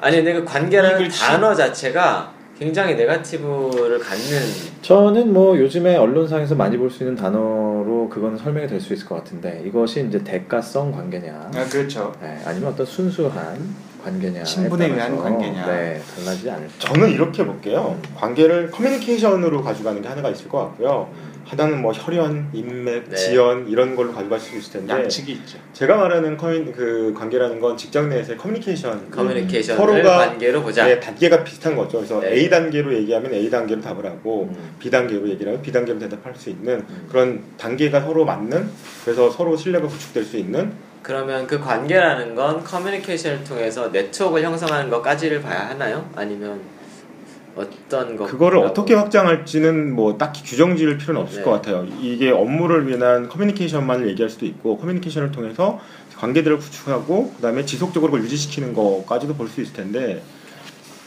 B: 아니 근데 그 관계라는
C: 이걸 치-
B: 단어 자체가 굉장히 네가티브를 갖는
A: 저는 뭐 요즘에 언론상에서 많이 볼 수 있는 단어로 그거는 설명이 될 수 있을 것 같은데 이것이 이제 대가성 관계냐
C: 아, 그렇죠.
A: 네, 아니면 어떤 순수한 관계냐
C: 친분에 의한 관계냐.
A: 네, 달라지지 않을 것
D: 저는 이렇게 볼게요. 관계를 커뮤니케이션으로 가져가는 게 하나가 있을 것 같고요. 하나는 뭐 혈연, 인맥,
B: 네.
D: 지연 이런 걸로 가져갈 수 있을 텐데
C: 양측이 있죠.
D: 제가 말하는 커뮤니, 그 관계라는 건 직장 내에서의 커뮤니케이션
B: 커뮤니케이션을
D: 서로가-
B: 관계로 그렇죠. 보자.
D: 네, 단계가 비슷한 거죠. 그래서
B: 네.
D: A 단계로 얘기하면 A 단계로 답을 하고
A: 음.
D: B 단계로 얘기를 하면 B 단계로 대답할 수 있는
B: 음.
D: 그런 단계가 서로 맞는 그래서 서로 신뢰가 구축될 수 있는
B: 그러면 그 관계라는 건 커뮤니케이션을 통해서 네트워크를 형성하는 것까지를 봐야 하나요? 아니면 어떤 것?
D: 그거를 어떻게 확장할지는 뭐 딱히 규정 지을 필요는 없을
B: 네.
D: 것 같아요. 이게 업무를 위한 커뮤니케이션만을 얘기할 수도 있고 커뮤니케이션을 통해서 관계들을 구축하고 그다음에 지속적으로 그걸 유지시키는 것까지도 볼 수 있을 텐데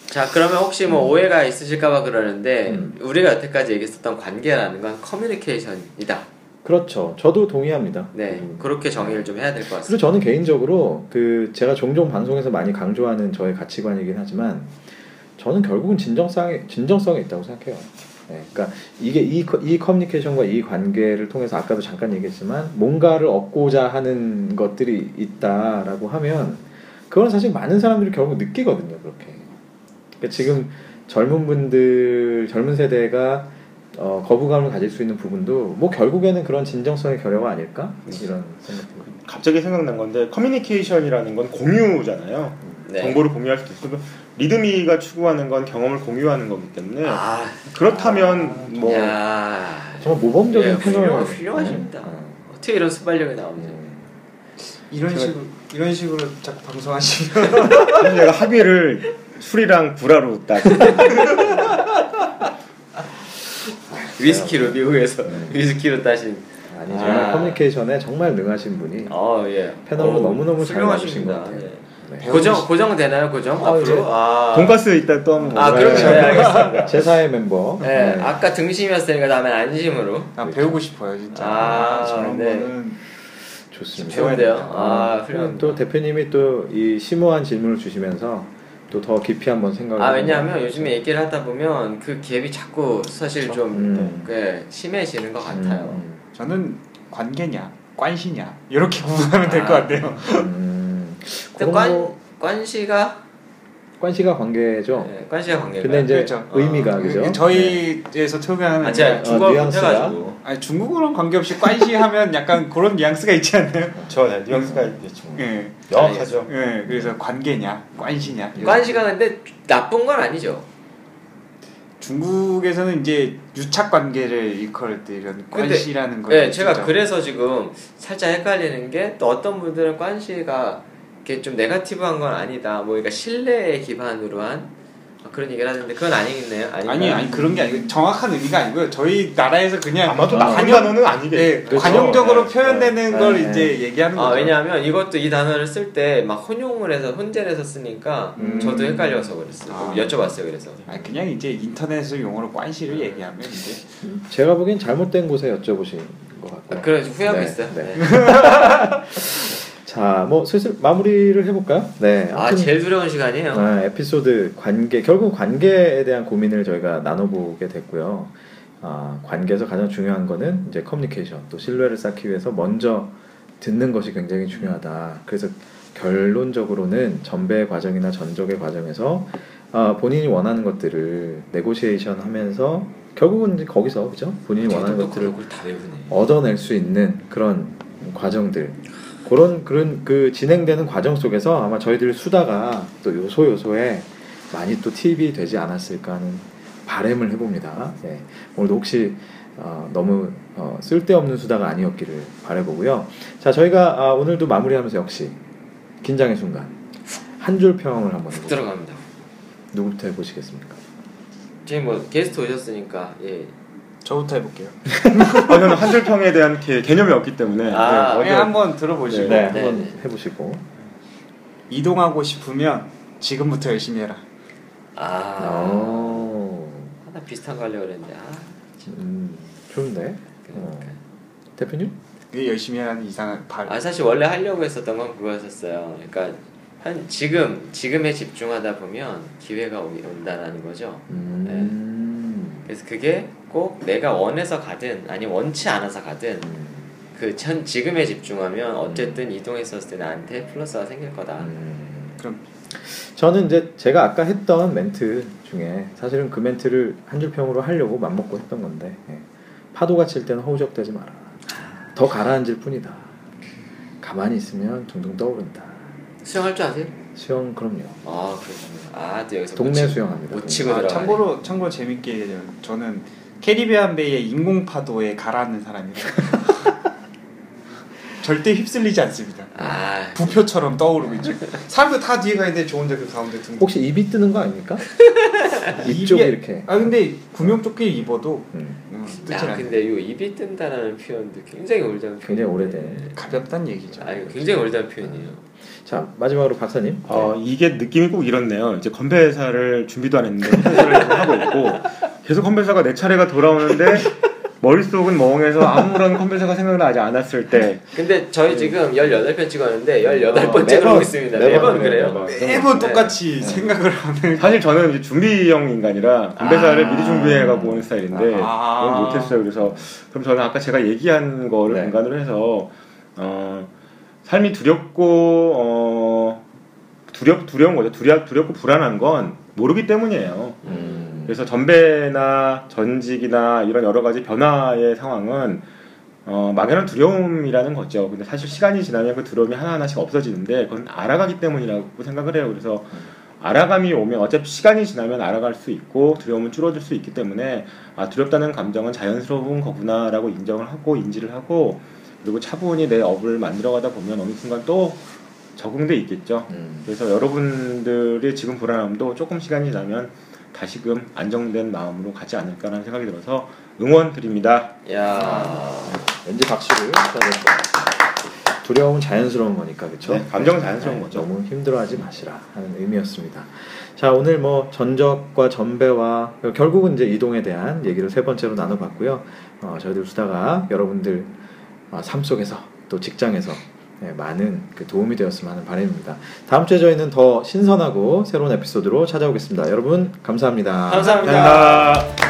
B: 자 그러면 혹시
D: 음.
B: 뭐 오해가 있으실까봐 그러는데
A: 음.
B: 우리가 여태까지 얘기했었던 관계라는 건 커뮤니케이션이다.
A: 같아요. 그렇죠. 저도 동의합니다.
B: 네
A: 음.
B: 그렇게 정의를 좀 해야 될것
D: 그렇죠.
A: 그리고
B: 같습니다.
A: 저는 개인적으로 그 제가 종종 방송에서 많이 강조하는 저의 가치관이긴 하지만 저는 결국은 진정성이 진정성이 있다고 생각해요. 네, 그러니까 이게 이, 커- 이 커뮤니케이션과 이 관계를 통해서 아까도 잠깐 얘기했지만 뭔가를 얻고자 하는 것들이 있다라고 하면 그건 사실 많은 사람들이 결국 느끼거든요. 그렇게 그러니까 지금 젊은 분들 젊은 세대가 어, 거부감을 가질 수 있는 부분도 뭐 결국에는 그런 진정성의 결여가 아닐까 이런 생각.
D: 갑자기 생각난 건데 커뮤니케이션이라는 건 공유잖아요.
B: 네.
D: 정보를 공유할 수도 있고 리드미가 추구하는 건 경험을 공유하는 거기 때문에
B: 아,
D: 그렇다면 뭐
B: 야,
A: 정말 모범적인 네.
B: 예,
A: 패널.
B: 훌륭- 훌륭하십니다. 어떻게 이런 순발력이 나오냐?
D: 음.
C: 이런
D: 제가-
C: 식으로 이런 식으로 자꾸 방송하시면
D: 그래서 내가 합의를 술이랑 구라로 딱
B: 위스키로 미국에서
D: 음.
B: 위스키로 따신.
A: 아니 정말
B: 아.
A: 커뮤니케이션에 정말 능하신 분이
B: 어 예.
A: 패널로
B: 어우,
A: 너무너무 잘 나오신 것
B: 훌륭하십니다.
A: 같아요.
B: 예.
A: 네.
B: 고정 고정 되나요 고정
A: 아,
B: 앞으로?
A: 예. 뭐,
B: 아,
D: 돈가스 있다 또 한번
B: 아
D: 먹어야죠.
B: 그러면 네, 알겠습니다.
A: 제사의 멤버. 네.
B: 예, 아까 등심이었으니까 다음엔 안심으로.
C: 아, 배우고 싶어요 진짜.
B: 아,
C: 저런
B: 네.
C: 거는
A: 좋습니다.
B: 좋은데요. 아, 훌륭합니다.
A: 네. 음, 또 대표님이 또 이 심오한 질문을 주시면서 또 더 깊이 한번 생각을.
B: 아
A: 해보고.
B: 왜냐하면 요즘에 얘기를 하다 보면 그 갭이 자꾸 사실 좀
A: 음.
B: 예, 심해지는 것 같아요.
A: 음,
C: 저는 관계냐, 관시냐 이렇게 구분하면 될 것 같아요.
A: 음.
B: 근데
A: 그런
B: 관
A: 거-
B: 관씨가
A: 관시가 관계죠.
B: 예, 관씨가 관계가. 어,
A: 근데 이제
C: 그렇죠.
A: 의미가 아, 그죠.
C: 저희에서 투표하는
B: 아 제가
A: 어,
B: 중국어
A: 뉘앙스가.
B: 못해가지고.
C: 아니 중국어랑 관계없이 관시 하면 약간 그런 뉘앙스가 있지 않나요?
D: 저 네, 뉘앙스가 있겠죠.
C: 예,
D: 명확하죠.
C: 예, 그래서 관계냐, 관시냐.
A: 예.
C: 이런.
B: 관씨가 근데 나쁜 건 아니죠.
C: 중국에서는 이제 유착 관계를 일컬을 때 이런
B: 근데,
C: 관시라는 걸.
B: 네, 제가
C: 진짜-
B: 그래서 지금 살짝 헷갈리는 게 또 어떤 분들은 관시가 이렇게 좀 네가티브한 건 아니다. 뭐 그러니까 신뢰에 기반으로 한 그런 얘기를 하는데 그건 아니겠네요. 아닌가요?
C: 아니 아니 그런 게 아니고 정확한 의미가 아니고요. 저희 나라에서 그냥
D: 아마도
A: 아,
D: 나쁜
C: 관용
D: 단어는 아니겠죠.
C: 예,
A: 그렇죠.
C: 관용적으로
B: 네,
D: 예,
C: 표현되는
A: 예.
C: 걸
A: 예,
C: 이제 얘기하는
B: 아
C: 거죠.
B: 왜냐하면 이것도 이 단어를 쓸 때 막 혼용을 해서 혼재를 해서 쓰니까
C: 음.
B: 저도 헷갈려서 그랬어요. 뭐
C: 아.
B: 여쭤봤어요. 그래서
C: 아니, 그냥 이제 인터넷 용어로 관시를
B: 네.
C: 얘기하면 이제
A: 네. 제가 보기엔 잘못된 곳에 여쭤보신 것 같고요.
B: 아, 그래 후회하고
A: 네,
B: 있어요.
A: 네.
B: 네.
A: 자, 뭐 슬슬 마무리를 해볼까요? 네.
B: 아
A: 아무튼
B: 제일 두려운 시간이에요.
A: 아, 에피소드 관계 결국 관계에 대한 고민을 저희가 나눠보게 됐고요. 아, 관계에서 가장 중요한 거는 이제 커뮤니케이션 또 신뢰를 쌓기 위해서 먼저 듣는 것이 굉장히 중요하다. 그래서 결론적으로는 전배 과정이나 전적의 과정에서 아, 본인이 원하는 것들을 네고시에이션 하면서 결국은 이제 거기서 그죠? 본인이 원하는 것들을
B: 그걸 다 외우네.
A: 얻어낼 수 있는 그런 과정들 그런 그런 그 진행되는 과정 속에서 아마 저희들 수다가 또 요소 요소에 많이 또 팁이 되지 않았을까 하는 바램을 해봅니다. 예. 오늘도 혹시 어, 너무 어, 쓸데없는 수다가 아니었기를 바라보고요. 자 저희가 아, 오늘도 마무리하면서 역시 긴장의 순간 한 줄 평을 한번 해볼까요?
B: 들어갑니다.
A: 누구부터 해보시겠습니까?
B: 지금 뭐 게스트 오셨으니까 예.
C: 저부터 해볼게요.
D: 아, 저는 한줄평에 대한 개, 개념이 없기 때문에
B: 아,
D: 네,
C: 네,
D: 먼저
C: 한번 들어보시고
A: 네
B: 네,
A: 한번
B: 네.
A: 해보시고
C: 이동하고 싶으면 지금부터 열심히 해라.
B: 아
A: 어.
B: 하나 비슷한 거 하려고 그랬는데 아
A: 음, 좋은데? 어.
B: 그러니까.
A: 대표님?
C: 그게 열심히 하는 이상한 발.
B: 아 사실 원래 하려고 했었던 건 그거였었어요. 그러니까 한 지금 지금에 집중하다 보면 기회가 오- 온다라는 거죠.
A: 음.
B: 그래서 그게 꼭 내가 원해서 가든 아니면 원치 않아서 가든
A: 음.
B: 그 현 지금에 집중하면 어쨌든 이동했었을 때 나한테 플러스가 생길 거다.
A: 음.
C: 그럼
A: 저는 이제 제가 아까 했던 멘트 중에 사실은 그 멘트를 한 줄평으로 하려고 맘먹고 했던 건데 예. 파도가 칠 때는 허우적대지 마라 더 가라앉을 뿐이다 가만히 있으면 둥둥 떠오른다
B: 수영할 줄 아세요?
A: 수영 그럼요
B: 아 그렇군요. 아또 여기서 못
A: 동네
B: 치-
A: 수영합니다
B: 못
A: 동네.
B: 치고
C: 아,
B: 들어가.
C: 참고로 참고로 재밌게 얘기해요. 저는 캐리비안 베이의 인공 파도에 가라앉는 사람이에요. 절대 휩쓸리지 않습니다.
B: 아
C: 부표처럼 떠오르고 있죠. 사람들 다 뒤에 가 있는데 저 혼자 그 가운데 둥.
A: 혹시 입이 뜨는 거 아닙니까? 이쪽이
C: 입이-
A: 이렇게
C: 아 근데 구명조끼 입어도
A: 음,
C: 음, 뜨지
B: 야,
C: 않아요.
B: 근데 이 입이 뜬다라는 표현도 굉장히 올드한 표현.
A: 굉장히 오래된
C: 가볍단 얘기죠.
B: 아 이거 굉장히 올드한 표현이에요.
A: 자 마지막으로 박사님
D: 어, 이게 느낌이 꼭 이렇네요. 이제 건배 회사를 준비도 안 했는데 건배 회사를 계속 하고 있고 계속 건배 회사가 내 차례가 돌아오는데 머릿속은 멍해서 아무런 건배 회사가 생각나지 않았을 때
B: 근데 저희 지금 18편 찍었는데 18번째
A: 네. 음. 아, 매번,
B: 그러고 있습니다. 매번,
A: 매번
B: 그래요.
A: 매번.
C: 매번
B: 네.
C: 똑같이 생각을 하는.
D: 사실 저는 이제 준비형 인간이라 건배사를
B: 아.
D: 미리 준비해가고 오는
B: 네.
D: 스타일인데
C: 아.
D: 오늘 못했어요. 그래서 그럼 저는 아까 제가 얘기한 거를
A: 네.
D: 근간으로 해서 어, 삶이 두렵고 어, 두렵 두려운 거죠. 두렵 두렵고 불안한 건 모르기 때문이에요.
A: 음,
D: 그래서 전배나 전직이나 이런 여러 가지 변화의 상황은 어, 막연한 두려움이라는 거죠. 근데 사실 시간이 지나면 그 두려움이 하나하나씩 없어지는데 그건 알아가기 때문이라고 생각을 해요. 그래서 알아감이 오면 어차피 시간이 지나면 알아갈 수 있고 두려움은 줄어들 수 있기 때문에 아, 두렵다는 감정은 자연스러운 거구나라고 인정을 하고 인지를 하고 그리고 차분히 내 업을 만들어가다 보면 어느 순간 또 적응돼 있겠죠.
A: 음.
D: 그래서 여러분들의 지금 불안함도 조금 시간이 지나면 다시금 안정된 마음으로 가지 않을까라는 생각이 들어서 응원 드립니다.
B: 야.
A: 왠지 박수를 쳐야 될것 같아요 두려움은 자연스러운 거니까 그렇죠?
D: 네, 감정 자연스러운 거죠.
A: 너무 힘들어하지 마시라 하는 의미였습니다. 자 오늘 뭐 전적과 전배와 결국은 이제 이동에 대한 얘기를 세 번째로 나눠봤고요. 어, 저희들 수다가 여러분들 아, 삶 속에서 또 직장에서 예, 많은 그 도움이 되었으면 하는 바람입니다. 다음 주에 저희는 더 신선하고 새로운 에피소드로 찾아오겠습니다. 여러분 감사합니다.
B: 감사합니다.
D: 감사합니다.